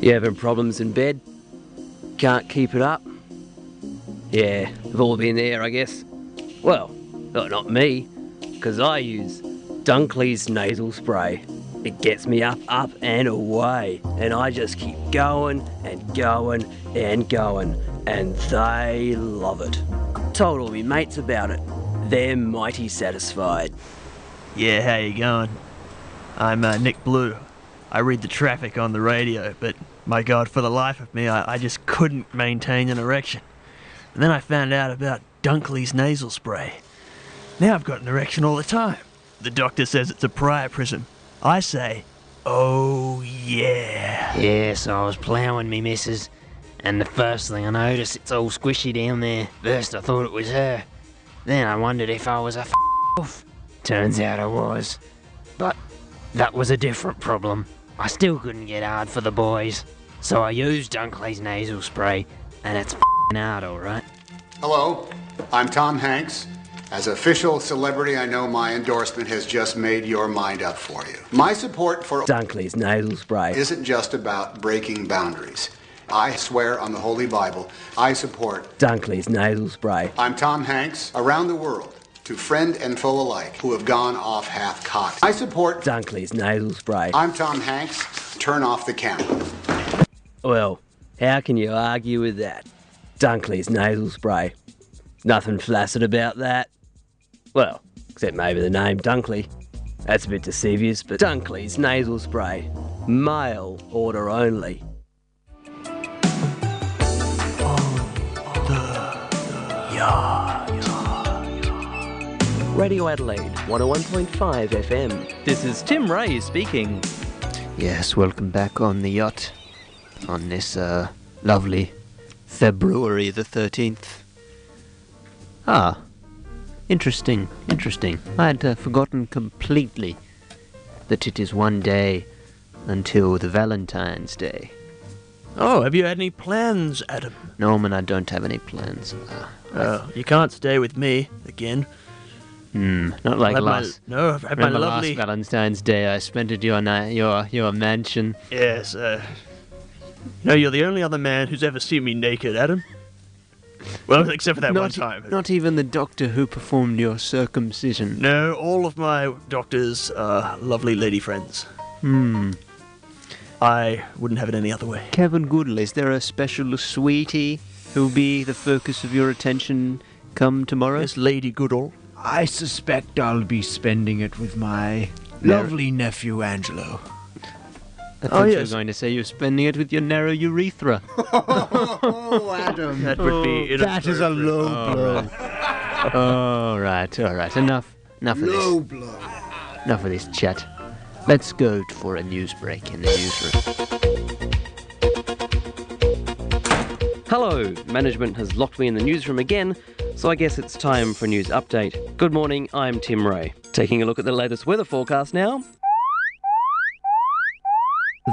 [SPEAKER 6] You having problems in bed? Can't keep it up? Yeah, we've all been there, I guess. Well, no, not me, 'cause I use Dunkley's nasal spray. It gets me up, up, and away, and I just keep going and going and going, and they love it. Told all me mates about it. They're mighty satisfied.
[SPEAKER 3] Yeah, how you going? I'm uh, Nick Blue. I read the traffic on the radio, but my God, for the life of me, I, I just couldn't maintain an erection. And then I found out about Dunkley's nasal spray. Now I've got an erection all the time. The doctor says it's a priapism. I say, oh yeah.
[SPEAKER 7] Yes, I was ploughing me missus, and the first thing I noticed, it's all squishy down there. First, I thought it was her. Then I wondered if I was a f- off. Turns out I was. But that was a different problem. I still couldn't get hard for the boys, so I used Dunkley's nasal spray, and it's f***ing hard, alright?
[SPEAKER 2] Hello, I'm Tom Hanks. As official celebrity, I know my endorsement has just made your mind up for you. My support for
[SPEAKER 6] Dunkley's nasal spray
[SPEAKER 2] isn't just about breaking boundaries. I swear on the Holy Bible, I support.
[SPEAKER 6] Dunkley's nasal spray.
[SPEAKER 2] I'm Tom Hanks around the world to friend and foe alike who have gone off half cocked. I support.
[SPEAKER 6] Dunkley's nasal spray.
[SPEAKER 2] I'm Tom Hanks. Turn off the camera.
[SPEAKER 6] Well, how can you argue with that? Dunkley's nasal spray. Nothing flaccid about that. Well, except maybe the name Dunkley. That's a bit deceivious, but Dunkley's nasal spray. Male order only. Radio Adelaide 101.5 FM. This is Tim Ray speaking.
[SPEAKER 1] Yes, welcome back on the yacht on this uh, lovely February the 13th. Ah, interesting, interesting. I had uh, forgotten completely that it is one day until the Valentine's Day.
[SPEAKER 3] Oh, have you had any plans, Adam?
[SPEAKER 1] Norman, I don't have any plans. Uh,
[SPEAKER 3] Oh, you can't stay with me again.
[SPEAKER 1] Hmm, not like
[SPEAKER 3] I've had my-
[SPEAKER 1] last.
[SPEAKER 3] no, I've had my
[SPEAKER 1] remember
[SPEAKER 3] lovely-
[SPEAKER 1] last Valentine's Day I spent at your ni- your your mansion.
[SPEAKER 3] Yes, uh. No, you're the only other man who's ever seen me naked, Adam. Well, except for that
[SPEAKER 1] not, e-,
[SPEAKER 3] one time.
[SPEAKER 1] Not even the doctor who performed your circumcision.
[SPEAKER 3] No, all of my doctors are lovely lady friends.
[SPEAKER 1] Hmm.
[SPEAKER 3] I wouldn't have it any other way.
[SPEAKER 1] Kevin Goodall, is there a special sweetie who'll be the focus of your attention come tomorrow? Yes,
[SPEAKER 3] Lady Goodall.
[SPEAKER 2] I suspect I'll be spending it with my
[SPEAKER 1] Nar-
[SPEAKER 2] lovely nephew Angelo.
[SPEAKER 1] I
[SPEAKER 3] Oh,
[SPEAKER 1] thought you were going to say you're spending it with your narrow urethra.
[SPEAKER 2] Oh, Adam.
[SPEAKER 1] That would be
[SPEAKER 2] That is a low
[SPEAKER 1] Oh,
[SPEAKER 2] blow.
[SPEAKER 1] right. all right, all right. Enough, enough of this.
[SPEAKER 2] Low blow.
[SPEAKER 1] Enough of this chat. Let's go for a news break in the newsroom.
[SPEAKER 6] Hello, management has locked me in the newsroom again, so I guess it's time for a news update. Good morning, I'm Tim Ray. Taking a look at the latest weather forecast now.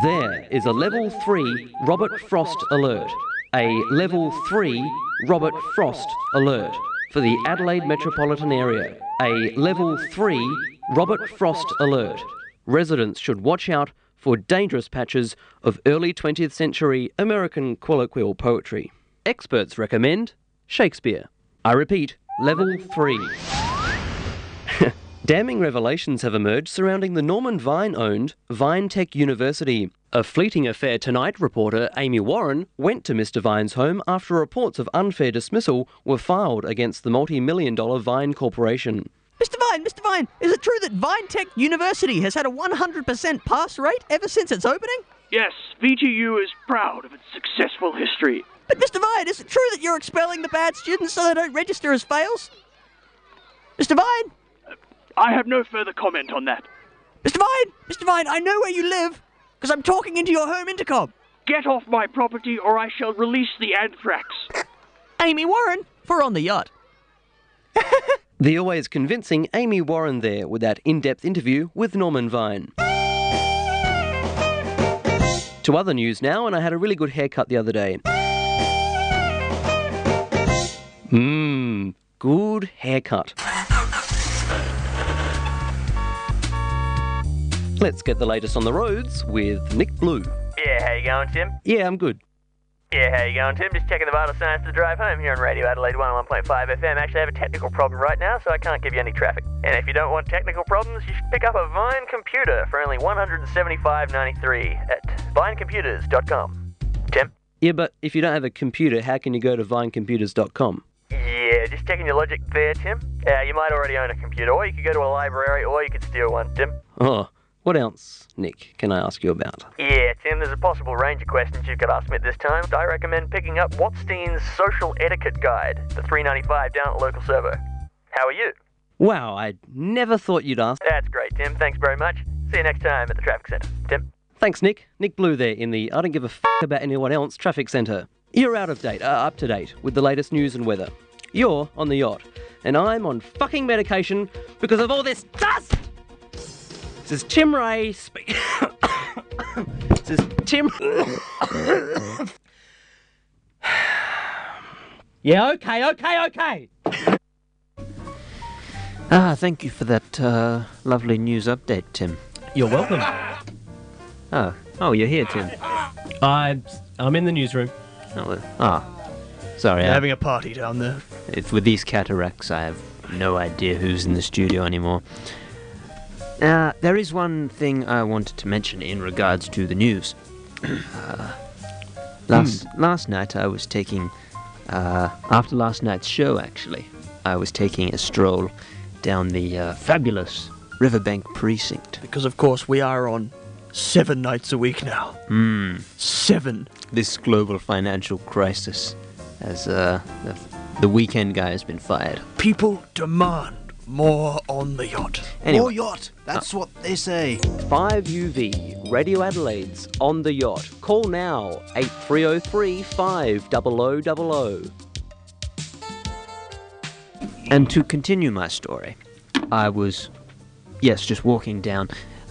[SPEAKER 6] There is a level 3 Robert Frost alert. A level 3 Robert Frost alert for the Adelaide metropolitan area. A level 3 Robert Frost alert. Residents should watch out for dangerous patches of early 20th century American colloquial poetry. Experts recommend Shakespeare. I repeat, level 3. Damning revelations have emerged surrounding the Norman Vine owned Vine Tech University. A fleeting affair tonight reporter Amy Warren went to Mr. Vine's home after reports of unfair dismissal were filed against the multi million dollar Vine Corporation.
[SPEAKER 14] Mr. Vine, Mr. Vine, is it true that Vine Tech University has had a 100% pass rate ever since its opening?
[SPEAKER 11] Yes, VTU is proud of its successful history.
[SPEAKER 14] But, Mr. Vine, is it true that you're expelling the bad students so they don't register as fails? Mr. Vine?
[SPEAKER 11] I have no further comment on that.
[SPEAKER 14] Mr. Vine? Mr. Vine, I know where you live because I'm talking into your home intercom.
[SPEAKER 11] Get off my property or I shall release the anthrax.
[SPEAKER 14] Amy Warren, for on the yacht.
[SPEAKER 6] The always convincing Amy Warren there with that in depth interview with Norman Vine. To other news now, and I had a really good haircut the other day. Mmm, good haircut. Let's get the latest on the roads with Nick Blue.
[SPEAKER 15] Yeah, how you going, Tim?
[SPEAKER 6] Yeah, I'm good.
[SPEAKER 15] Yeah, how you going, Tim? Just checking the vital signs to drive home here on Radio Adelaide 101.5 FM. Actually, I have a technical problem right now, so I can't give you any traffic. And if you don't want technical problems, you should pick up a Vine computer for only 175.93 at vinecomputers.com. Tim?
[SPEAKER 6] Yeah, but if you don't have a computer, how can you go to vinecomputers.com?
[SPEAKER 15] Yeah, just checking your logic there, Tim. Uh, you might already own a computer, or you could go to a library, or you could steal one, Tim.
[SPEAKER 6] Oh, what else, Nick, can I ask you about?
[SPEAKER 15] Yeah, Tim, there's a possible range of questions you could ask me at this time. I recommend picking up Watstein's Social Etiquette Guide, the 395 down at local servo. How are you?
[SPEAKER 6] Wow, I never thought you'd ask.
[SPEAKER 15] That's great, Tim. Thanks very much. See you next time at the traffic center. Tim?
[SPEAKER 6] Thanks, Nick. Nick Blue there in the I don't give a f about anyone else traffic centre. You're out of date, uh, up to date with the latest news and weather. You're on the yacht, and I'm on fucking medication because of all this dust! This is Tim Ray speak. this is Tim. yeah, okay, okay, okay!
[SPEAKER 1] Ah, thank you for that uh, lovely news update, Tim.
[SPEAKER 16] You're welcome.
[SPEAKER 1] Oh, oh, you're here, Tim.
[SPEAKER 16] I'm I'm in the newsroom.
[SPEAKER 1] Oh, well, ah, sorry.
[SPEAKER 3] They're
[SPEAKER 1] I-
[SPEAKER 3] having a party down there.
[SPEAKER 1] If with these cataracts, I have no idea who's in the studio anymore. Uh, there is one thing I wanted to mention in regards to the news. uh, last last night, I was taking uh, after last night's show. Actually, I was taking a stroll down the uh, fabulous Riverbank precinct.
[SPEAKER 3] Because, of course, we are on seven nights a week now.
[SPEAKER 1] Mm.
[SPEAKER 3] Seven.
[SPEAKER 1] This global financial crisis, as uh, the, the weekend guy has been fired.
[SPEAKER 3] People demand more on the yacht.
[SPEAKER 1] Anyway.
[SPEAKER 3] More yacht. That's what they say.
[SPEAKER 6] 5UV, Radio Adelaide's on the yacht. Call now 8303 5000.
[SPEAKER 1] And to continue my story, I was, yes, just walking down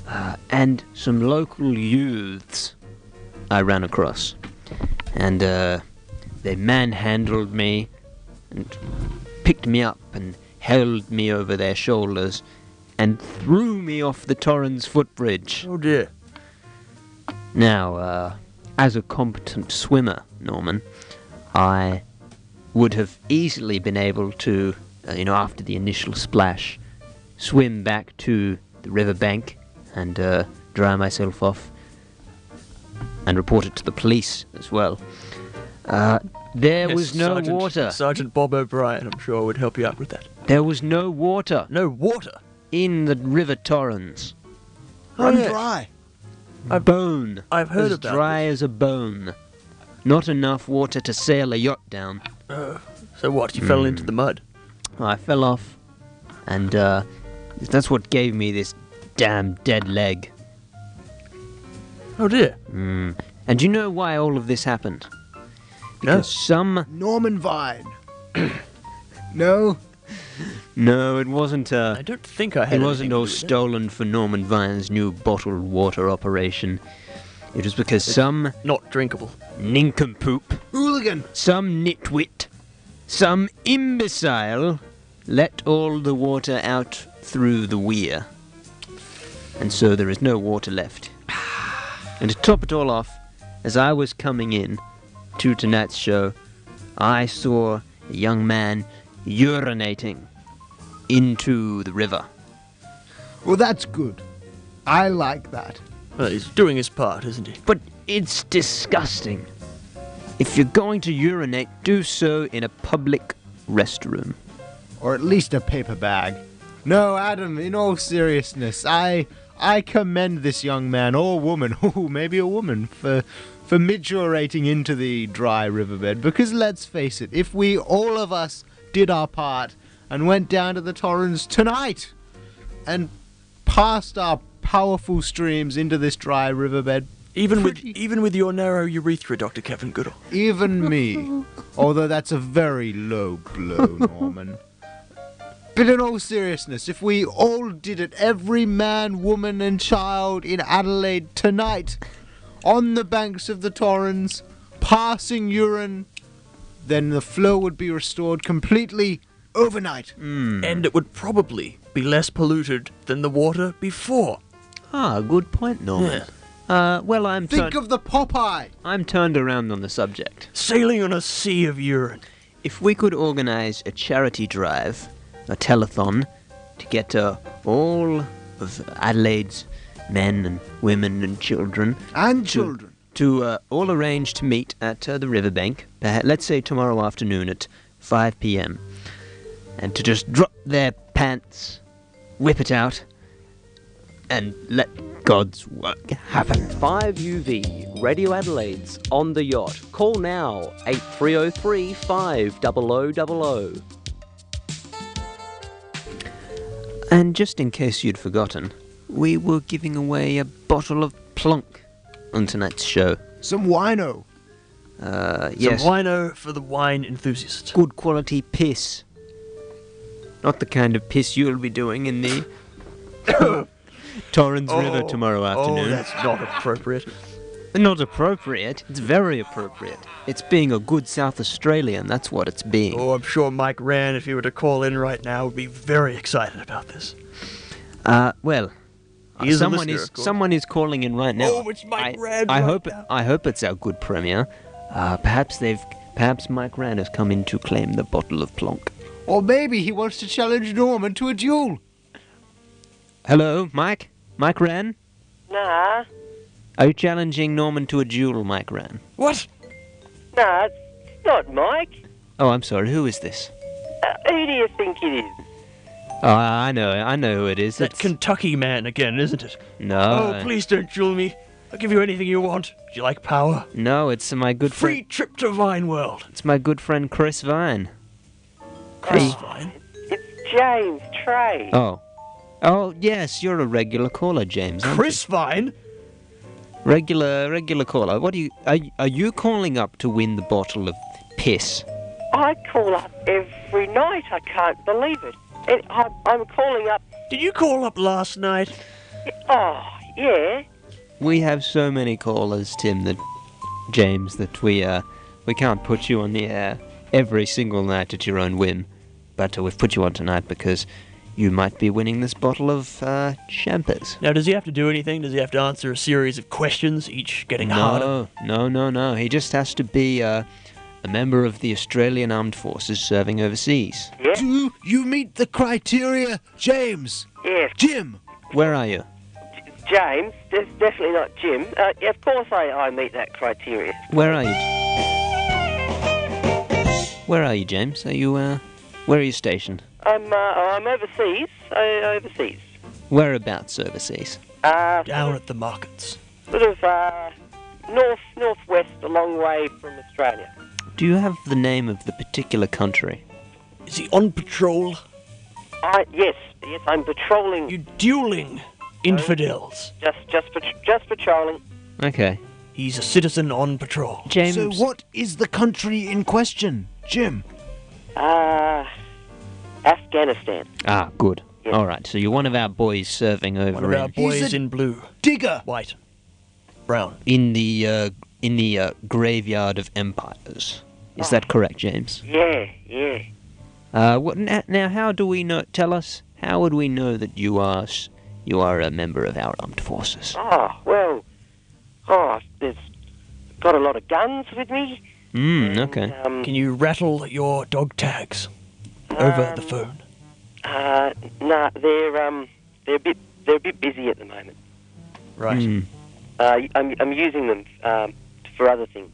[SPEAKER 1] uh, and some local youths I ran across. And uh, they manhandled me and picked me up and held me over their shoulders and threw me off the Torrens footbridge.
[SPEAKER 3] Oh dear.
[SPEAKER 1] Now, uh, as a competent swimmer, Norman, I would have easily been able to, uh, you know, after the initial splash, swim back to the riverbank and uh, dry myself off and report it to the police as well. Uh, there
[SPEAKER 3] Yes,
[SPEAKER 1] was no
[SPEAKER 3] Sergeant-
[SPEAKER 1] water.
[SPEAKER 3] Sergeant Bob O'Brien, I'm sure, would help you out with that.
[SPEAKER 1] There was no water.
[SPEAKER 3] No water?
[SPEAKER 1] In the River Torrens.
[SPEAKER 3] Oh,
[SPEAKER 1] Run
[SPEAKER 3] yes.
[SPEAKER 1] dry. A bone.
[SPEAKER 3] I've heard
[SPEAKER 1] as
[SPEAKER 3] about
[SPEAKER 1] dry as a bone. Not enough water to sail a yacht down.
[SPEAKER 3] Uh, so what? You fell into the mud.
[SPEAKER 1] I fell off, and uh, that's what gave me this damn dead leg.
[SPEAKER 3] Oh dear.
[SPEAKER 1] Mm. And do you know why all of this happened? Because some
[SPEAKER 2] Norman Vine. no.
[SPEAKER 1] No, it wasn't. Uh, I
[SPEAKER 3] don't think I
[SPEAKER 1] It
[SPEAKER 3] had anything
[SPEAKER 1] wasn't
[SPEAKER 3] to do
[SPEAKER 1] all
[SPEAKER 3] with it.
[SPEAKER 1] stolen for Norman Vine's new bottled water operation. It was because
[SPEAKER 3] It's
[SPEAKER 1] some
[SPEAKER 3] not drinkable
[SPEAKER 1] nincompoop,
[SPEAKER 2] hooligan,
[SPEAKER 1] some nitwit, some imbecile let all the water out through the weir, and so there is no water left. And to top it all off, as I was coming in to tonight's show, I saw a young man urinating into the river.
[SPEAKER 2] Well, that's good. I like that.
[SPEAKER 3] Well, he's doing his part, isn't he?
[SPEAKER 1] But it's disgusting. If you're going to urinate, do so in a public restroom.
[SPEAKER 2] Or at least a paper bag. No, Adam, in all seriousness, I I commend this young man or woman, ooh, maybe a woman, for for midurating into the dry riverbed. Because let's face it, if we all of us did our part and went down to the torrents tonight and passed our powerful streams into this dry riverbed,
[SPEAKER 3] even with even with your narrow urethra, Doctor Kevin Goodall.
[SPEAKER 2] even me, although that's a very low blow, Norman. But in all seriousness, if we all did it, every man, woman, and child in Adelaide tonight, on the banks of the Torrens, passing urine, then the flow would be restored completely overnight.
[SPEAKER 3] And it would probably be less polluted than the water before.
[SPEAKER 1] Ah, good point, Norman. Uh, well, I'm
[SPEAKER 2] Think of the Popeye.
[SPEAKER 1] I'm turned around on the subject.
[SPEAKER 3] Sailing on a sea of urine.
[SPEAKER 1] If we could organize a charity drive, a telethon, to get uh, all of Adelaide's men and women and children.
[SPEAKER 2] And
[SPEAKER 1] to-
[SPEAKER 2] children.
[SPEAKER 1] To uh, all arrange to meet at uh, the riverbank, perha- let's say tomorrow afternoon at 5 pm, and to just drop their pants, whip it out, and let God's work happen.
[SPEAKER 6] 5UV, Radio Adelaide's On the Yacht. Call now, 8303 5000.
[SPEAKER 1] And just in case you'd forgotten, we were giving away a bottle of plonk on tonight's show.
[SPEAKER 2] Some wino.
[SPEAKER 1] Uh,
[SPEAKER 3] Some
[SPEAKER 1] yes.
[SPEAKER 3] wino for the wine enthusiast.
[SPEAKER 1] Good quality piss. Not the kind of piss you'll be doing in the Torrens River
[SPEAKER 3] Oh,
[SPEAKER 1] tomorrow
[SPEAKER 3] oh,
[SPEAKER 1] afternoon.
[SPEAKER 3] that's not appropriate.
[SPEAKER 1] Not appropriate. It's very appropriate. It's being a good South Australian. That's what it's being.
[SPEAKER 3] Oh, I'm sure Mike Rann, if he were to call in right now, would be very excited about this.
[SPEAKER 1] Uh, well,
[SPEAKER 3] He is a
[SPEAKER 1] someone
[SPEAKER 3] listener,
[SPEAKER 1] is
[SPEAKER 3] of course.
[SPEAKER 1] someone is calling in right now.
[SPEAKER 3] Oh, it's Mike
[SPEAKER 1] I,
[SPEAKER 3] Rand
[SPEAKER 1] I
[SPEAKER 3] right
[SPEAKER 1] hope I hope it's our good premier. Uh, perhaps they've perhaps Mike Rand has come in to claim the bottle of plonk.
[SPEAKER 2] Or maybe he wants to challenge Norman to a duel.
[SPEAKER 1] Hello, Mike. Mike Rand.
[SPEAKER 17] Nah,
[SPEAKER 1] Are you challenging Norman to a duel, Mike Rand?
[SPEAKER 17] What? nah, it's not Mike.
[SPEAKER 1] Oh, I'm sorry. Who is this?
[SPEAKER 17] Uh, who do you think it is?
[SPEAKER 1] Oh, I know. I know who it is.
[SPEAKER 3] That Kentucky man again, isn't it?
[SPEAKER 1] No. uh,
[SPEAKER 3] Oh, please don't duel me. I'll give you anything you want. Do you like power?
[SPEAKER 1] No, it's my good
[SPEAKER 3] Free
[SPEAKER 1] friend.
[SPEAKER 3] trip to Vine World.
[SPEAKER 1] It's my good friend Chris Vine.
[SPEAKER 3] Chris
[SPEAKER 1] He-
[SPEAKER 3] Vine.
[SPEAKER 17] James Trey.
[SPEAKER 1] Oh. Oh, yes, you're a regular caller, James. aren't you?
[SPEAKER 3] Chris Vine?
[SPEAKER 1] Regular, regular caller. What do you are, you- are you calling up to win the bottle of piss?
[SPEAKER 17] I call up every night. I can't believe it. And I'm, I'm calling up.
[SPEAKER 3] Did you call up last night?
[SPEAKER 17] Oh, Yeah.
[SPEAKER 1] We have so many callers, Tim, that James, that we uh, we can't put you on the air every single night at your own whim. But uh, we've put you on tonight because you might be winning this bottle of uh, champers.
[SPEAKER 3] Now, does he have to do anything? Does he have to answer a series of questions, each getting harder?
[SPEAKER 1] No, no, no, no. He just has to be uh, a member of the Australian Armed Forces serving overseas.
[SPEAKER 2] Do you meet the criteria, James?
[SPEAKER 17] Yes.
[SPEAKER 2] Jim!
[SPEAKER 1] Where are you?
[SPEAKER 17] James, de- definitely not Jim. Uh, yeah, of course I, I meet that criteria.
[SPEAKER 1] Where are you? Where are you, James? Are you uh, where are you stationed?
[SPEAKER 17] I'm, uh, I'm overseas. I, overseas.
[SPEAKER 1] Whereabouts overseas?
[SPEAKER 17] Uh,
[SPEAKER 3] Down at the markets.
[SPEAKER 17] Sort of uh, north northwest, a long way from Australia.
[SPEAKER 1] Do you have the name of the particular country?
[SPEAKER 3] Is he on patrol?
[SPEAKER 17] I yes, yes. I'm patrolling. You
[SPEAKER 3] dueling infidels?
[SPEAKER 17] Just just pat- just patrolling.
[SPEAKER 1] Okay.
[SPEAKER 3] He's a citizen on patrol.
[SPEAKER 2] So, what is the country in question, Jim?
[SPEAKER 17] Uh, Afghanistan.
[SPEAKER 1] Ah, good. All right. So you're one of our boys serving over
[SPEAKER 3] One of our
[SPEAKER 1] in
[SPEAKER 3] boys in blue.
[SPEAKER 2] Digger.
[SPEAKER 3] White.
[SPEAKER 1] brown in the uh, in the uh, graveyard of empires. Is
[SPEAKER 3] Ah.
[SPEAKER 1] that correct, James?
[SPEAKER 17] Yeah, yeah.
[SPEAKER 1] Uh, what, now, now, how do we know? Tell us. How would we know that you are s- you are a member of our armed forces?
[SPEAKER 17] Oh well. Oh, there's got a lot of guns with me. Um,
[SPEAKER 1] Mm, okay.
[SPEAKER 3] Can you rattle your dog tags over
[SPEAKER 2] Um,
[SPEAKER 3] the phone?
[SPEAKER 17] Uh, nah, they're um, they're a bit they're a bit busy at the moment.
[SPEAKER 3] Right.
[SPEAKER 17] Uh, I'm I'm using them um, for other things.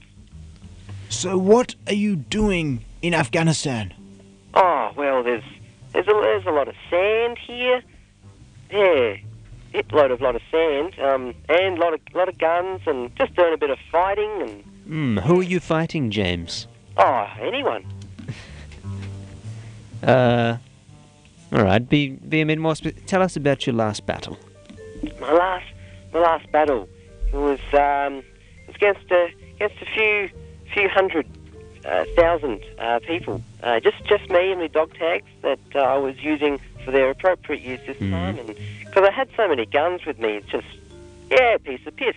[SPEAKER 2] So, what are you doing in Afghanistan?
[SPEAKER 17] Oh well, there's there's a, there's a lot of sand here. Yeah, a lot of lot of sand, um, and lot of lot of guns, and just doing a bit of fighting, and
[SPEAKER 1] Mm, who are you fighting, James?
[SPEAKER 17] oh, anyone.
[SPEAKER 1] Uh, all right. Be be a bit more. Spe- tell us about your last battle.
[SPEAKER 17] My last my last battle it was um, it was against a against a few few hundred uh, thousand uh, people. Uh, just just me and the dog tags that uh, I was using for their appropriate use
[SPEAKER 2] Hmm.
[SPEAKER 17] this time, and because I had so many guns with me, it's just yeah, piece of piss.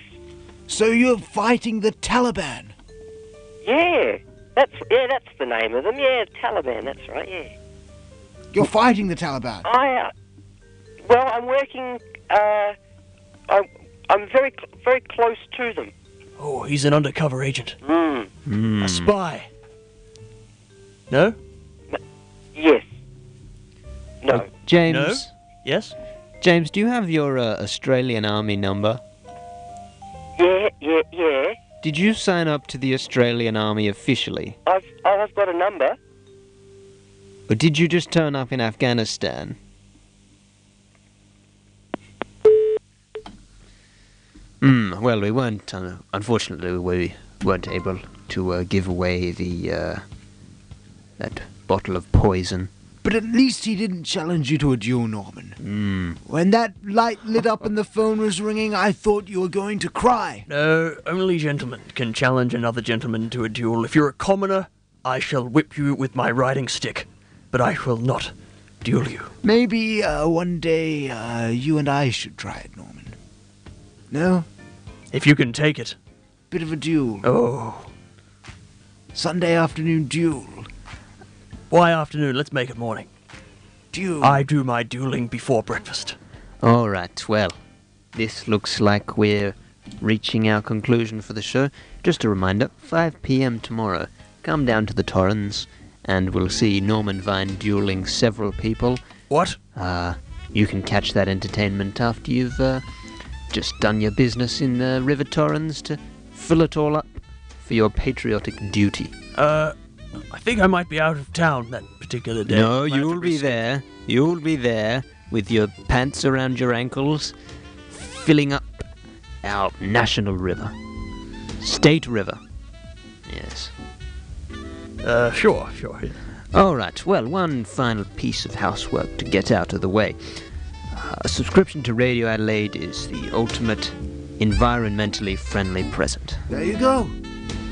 [SPEAKER 2] So, you're fighting the Taliban?
[SPEAKER 17] Yeah, that's yeah, that's the name of them. Yeah, Taliban. That's right. Yeah,
[SPEAKER 2] You're fighting the Taliban?
[SPEAKER 17] I. Uh, well, I'm working. Uh, I'm I'm very cl- very close to them.
[SPEAKER 3] Oh, he's an undercover agent.
[SPEAKER 17] Mm.
[SPEAKER 2] Hmm.
[SPEAKER 3] A spy. No?
[SPEAKER 17] Yes. No.
[SPEAKER 1] James.
[SPEAKER 3] No? Yes.
[SPEAKER 1] James, do you have your uh, Australian Army number?
[SPEAKER 17] Yeah, yeah, yeah.
[SPEAKER 1] Did you sign up to the Australian Army officially,
[SPEAKER 17] I've I've got a number.
[SPEAKER 1] or did you just turn up in Afghanistan? Mm, well, we weren't. Uh, unfortunately, we weren't able to uh, give away the uh, that bottle of poison.
[SPEAKER 2] But at least he didn't challenge you to a duel, Norman.
[SPEAKER 3] Hmm.
[SPEAKER 1] Mm.
[SPEAKER 2] When that light lit up and the phone was ringing, I thought you were going to cry.
[SPEAKER 3] No, only gentlemen can challenge another gentleman to a duel. If you're a commoner, I shall whip you with my riding stick, but I will not duel you.
[SPEAKER 2] Maybe uh, one day uh, you and I should try it, Norman. No?
[SPEAKER 3] If you can take it.
[SPEAKER 2] Bit of a duel.
[SPEAKER 3] Oh.
[SPEAKER 2] Sunday afternoon duel.
[SPEAKER 3] Why afternoon? Let's make it morning.
[SPEAKER 2] Duel.
[SPEAKER 3] I do my dueling before breakfast.
[SPEAKER 1] All right, well, this looks like we're reaching our conclusion for the show. Just a reminder 5 pm tomorrow. Come down to the Torrens and we'll see Norman Vine dueling several people.
[SPEAKER 3] What?
[SPEAKER 1] Uh, you can catch that entertainment after you've uh, just done your business in the River Torrens to fill it all up for your patriotic duty.
[SPEAKER 3] Uh, I think I might be out of town that particular day.
[SPEAKER 1] No, you'll be there. You'll be there with your pants around your ankles, filling up our national river, state river. Yes.
[SPEAKER 3] Uh, sure, sure. yeah.
[SPEAKER 1] All right. Well, one final piece of housework to get out of the way. Uh, a subscription to Radio Adelaide is the ultimate environmentally friendly present.
[SPEAKER 2] There you go.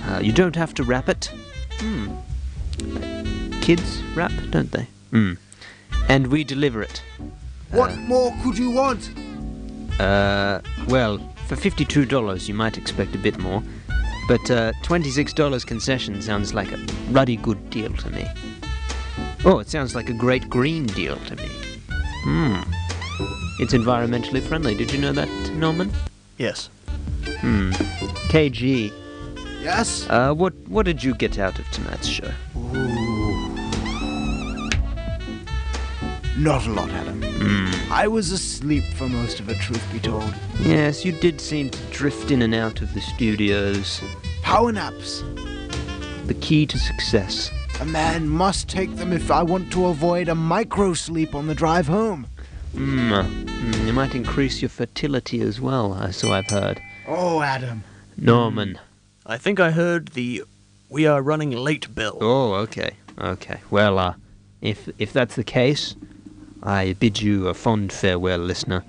[SPEAKER 1] Uh, you don't have to wrap it. Hmm. Kids wrap, don't they? Hmm. And we deliver it.
[SPEAKER 2] What more could you want?
[SPEAKER 1] Uh, well, for fifty-two dollars, you might expect a bit more, but uh, twenty-six dollars concession sounds like a ruddy good deal to me. Oh, it sounds like a great green deal to me. Hmm. It's environmentally friendly. Did you know that, Norman?
[SPEAKER 3] Yes.
[SPEAKER 1] Hmm. KG.
[SPEAKER 2] Yes.
[SPEAKER 1] Uh, what what did you get out of tonight's show?
[SPEAKER 2] Not a lot, Adam.
[SPEAKER 3] Hmm.
[SPEAKER 2] I was asleep for most of it, truth be told.
[SPEAKER 1] Yes, you did seem to drift in and out of the studios.
[SPEAKER 2] Power naps.
[SPEAKER 1] The key to success.
[SPEAKER 2] A man must take them if I want to avoid a micro sleep on the drive home.
[SPEAKER 1] Hmm. Hmm, You might increase your fertility as well, uh, so I've heard.
[SPEAKER 2] Oh, Adam.
[SPEAKER 1] Norman.
[SPEAKER 3] I think I heard the we are running late bell.
[SPEAKER 1] Oh, okay. Okay. Well, uh, if if that's the case, I bid you a fond farewell, listener,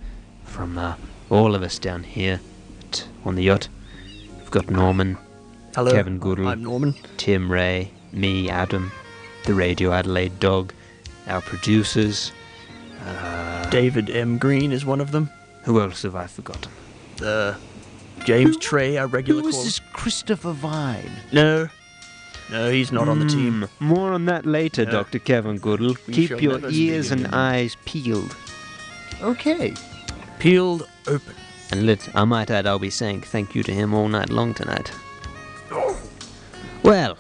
[SPEAKER 1] from uh, all of us down here at, on the yacht. We've got Norman,
[SPEAKER 3] Hello,
[SPEAKER 1] Kevin Goodall,
[SPEAKER 3] I'm Norman.
[SPEAKER 1] Tim Ray, me, Adam, the Radio Adelaide dog, our producers. Uh,
[SPEAKER 3] David M. Green is one of them.
[SPEAKER 1] Who else have I forgotten?
[SPEAKER 3] Uh, James Trey, our regular
[SPEAKER 2] Who is
[SPEAKER 3] caller.
[SPEAKER 2] this Christopher Vine?
[SPEAKER 3] No. No, he's not on the team.
[SPEAKER 1] More on that later, Dr. Kevin Goodall.
[SPEAKER 3] We shall
[SPEAKER 1] Keep your
[SPEAKER 3] never see
[SPEAKER 1] ears and
[SPEAKER 3] again.
[SPEAKER 1] eyes peeled.
[SPEAKER 2] Okay.
[SPEAKER 3] Peeled open.
[SPEAKER 1] And let, I might add, I'll be saying thank you to him all night long tonight. Well,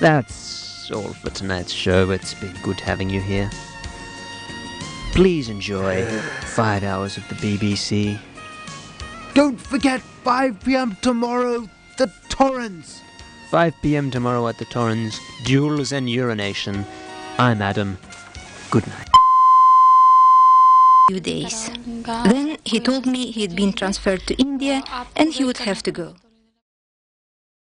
[SPEAKER 1] that's all for tonight's show. It's been good having you here. Please enjoy five hours of the BBC.
[SPEAKER 2] Don't forget 5 p.m. tomorrow, the Torrens.
[SPEAKER 1] 5 pm tomorrow at the Torrens, duels and urination. I'm Adam. Good night.
[SPEAKER 18] few days. Then he told me he'd been transferred to India and he would have to go.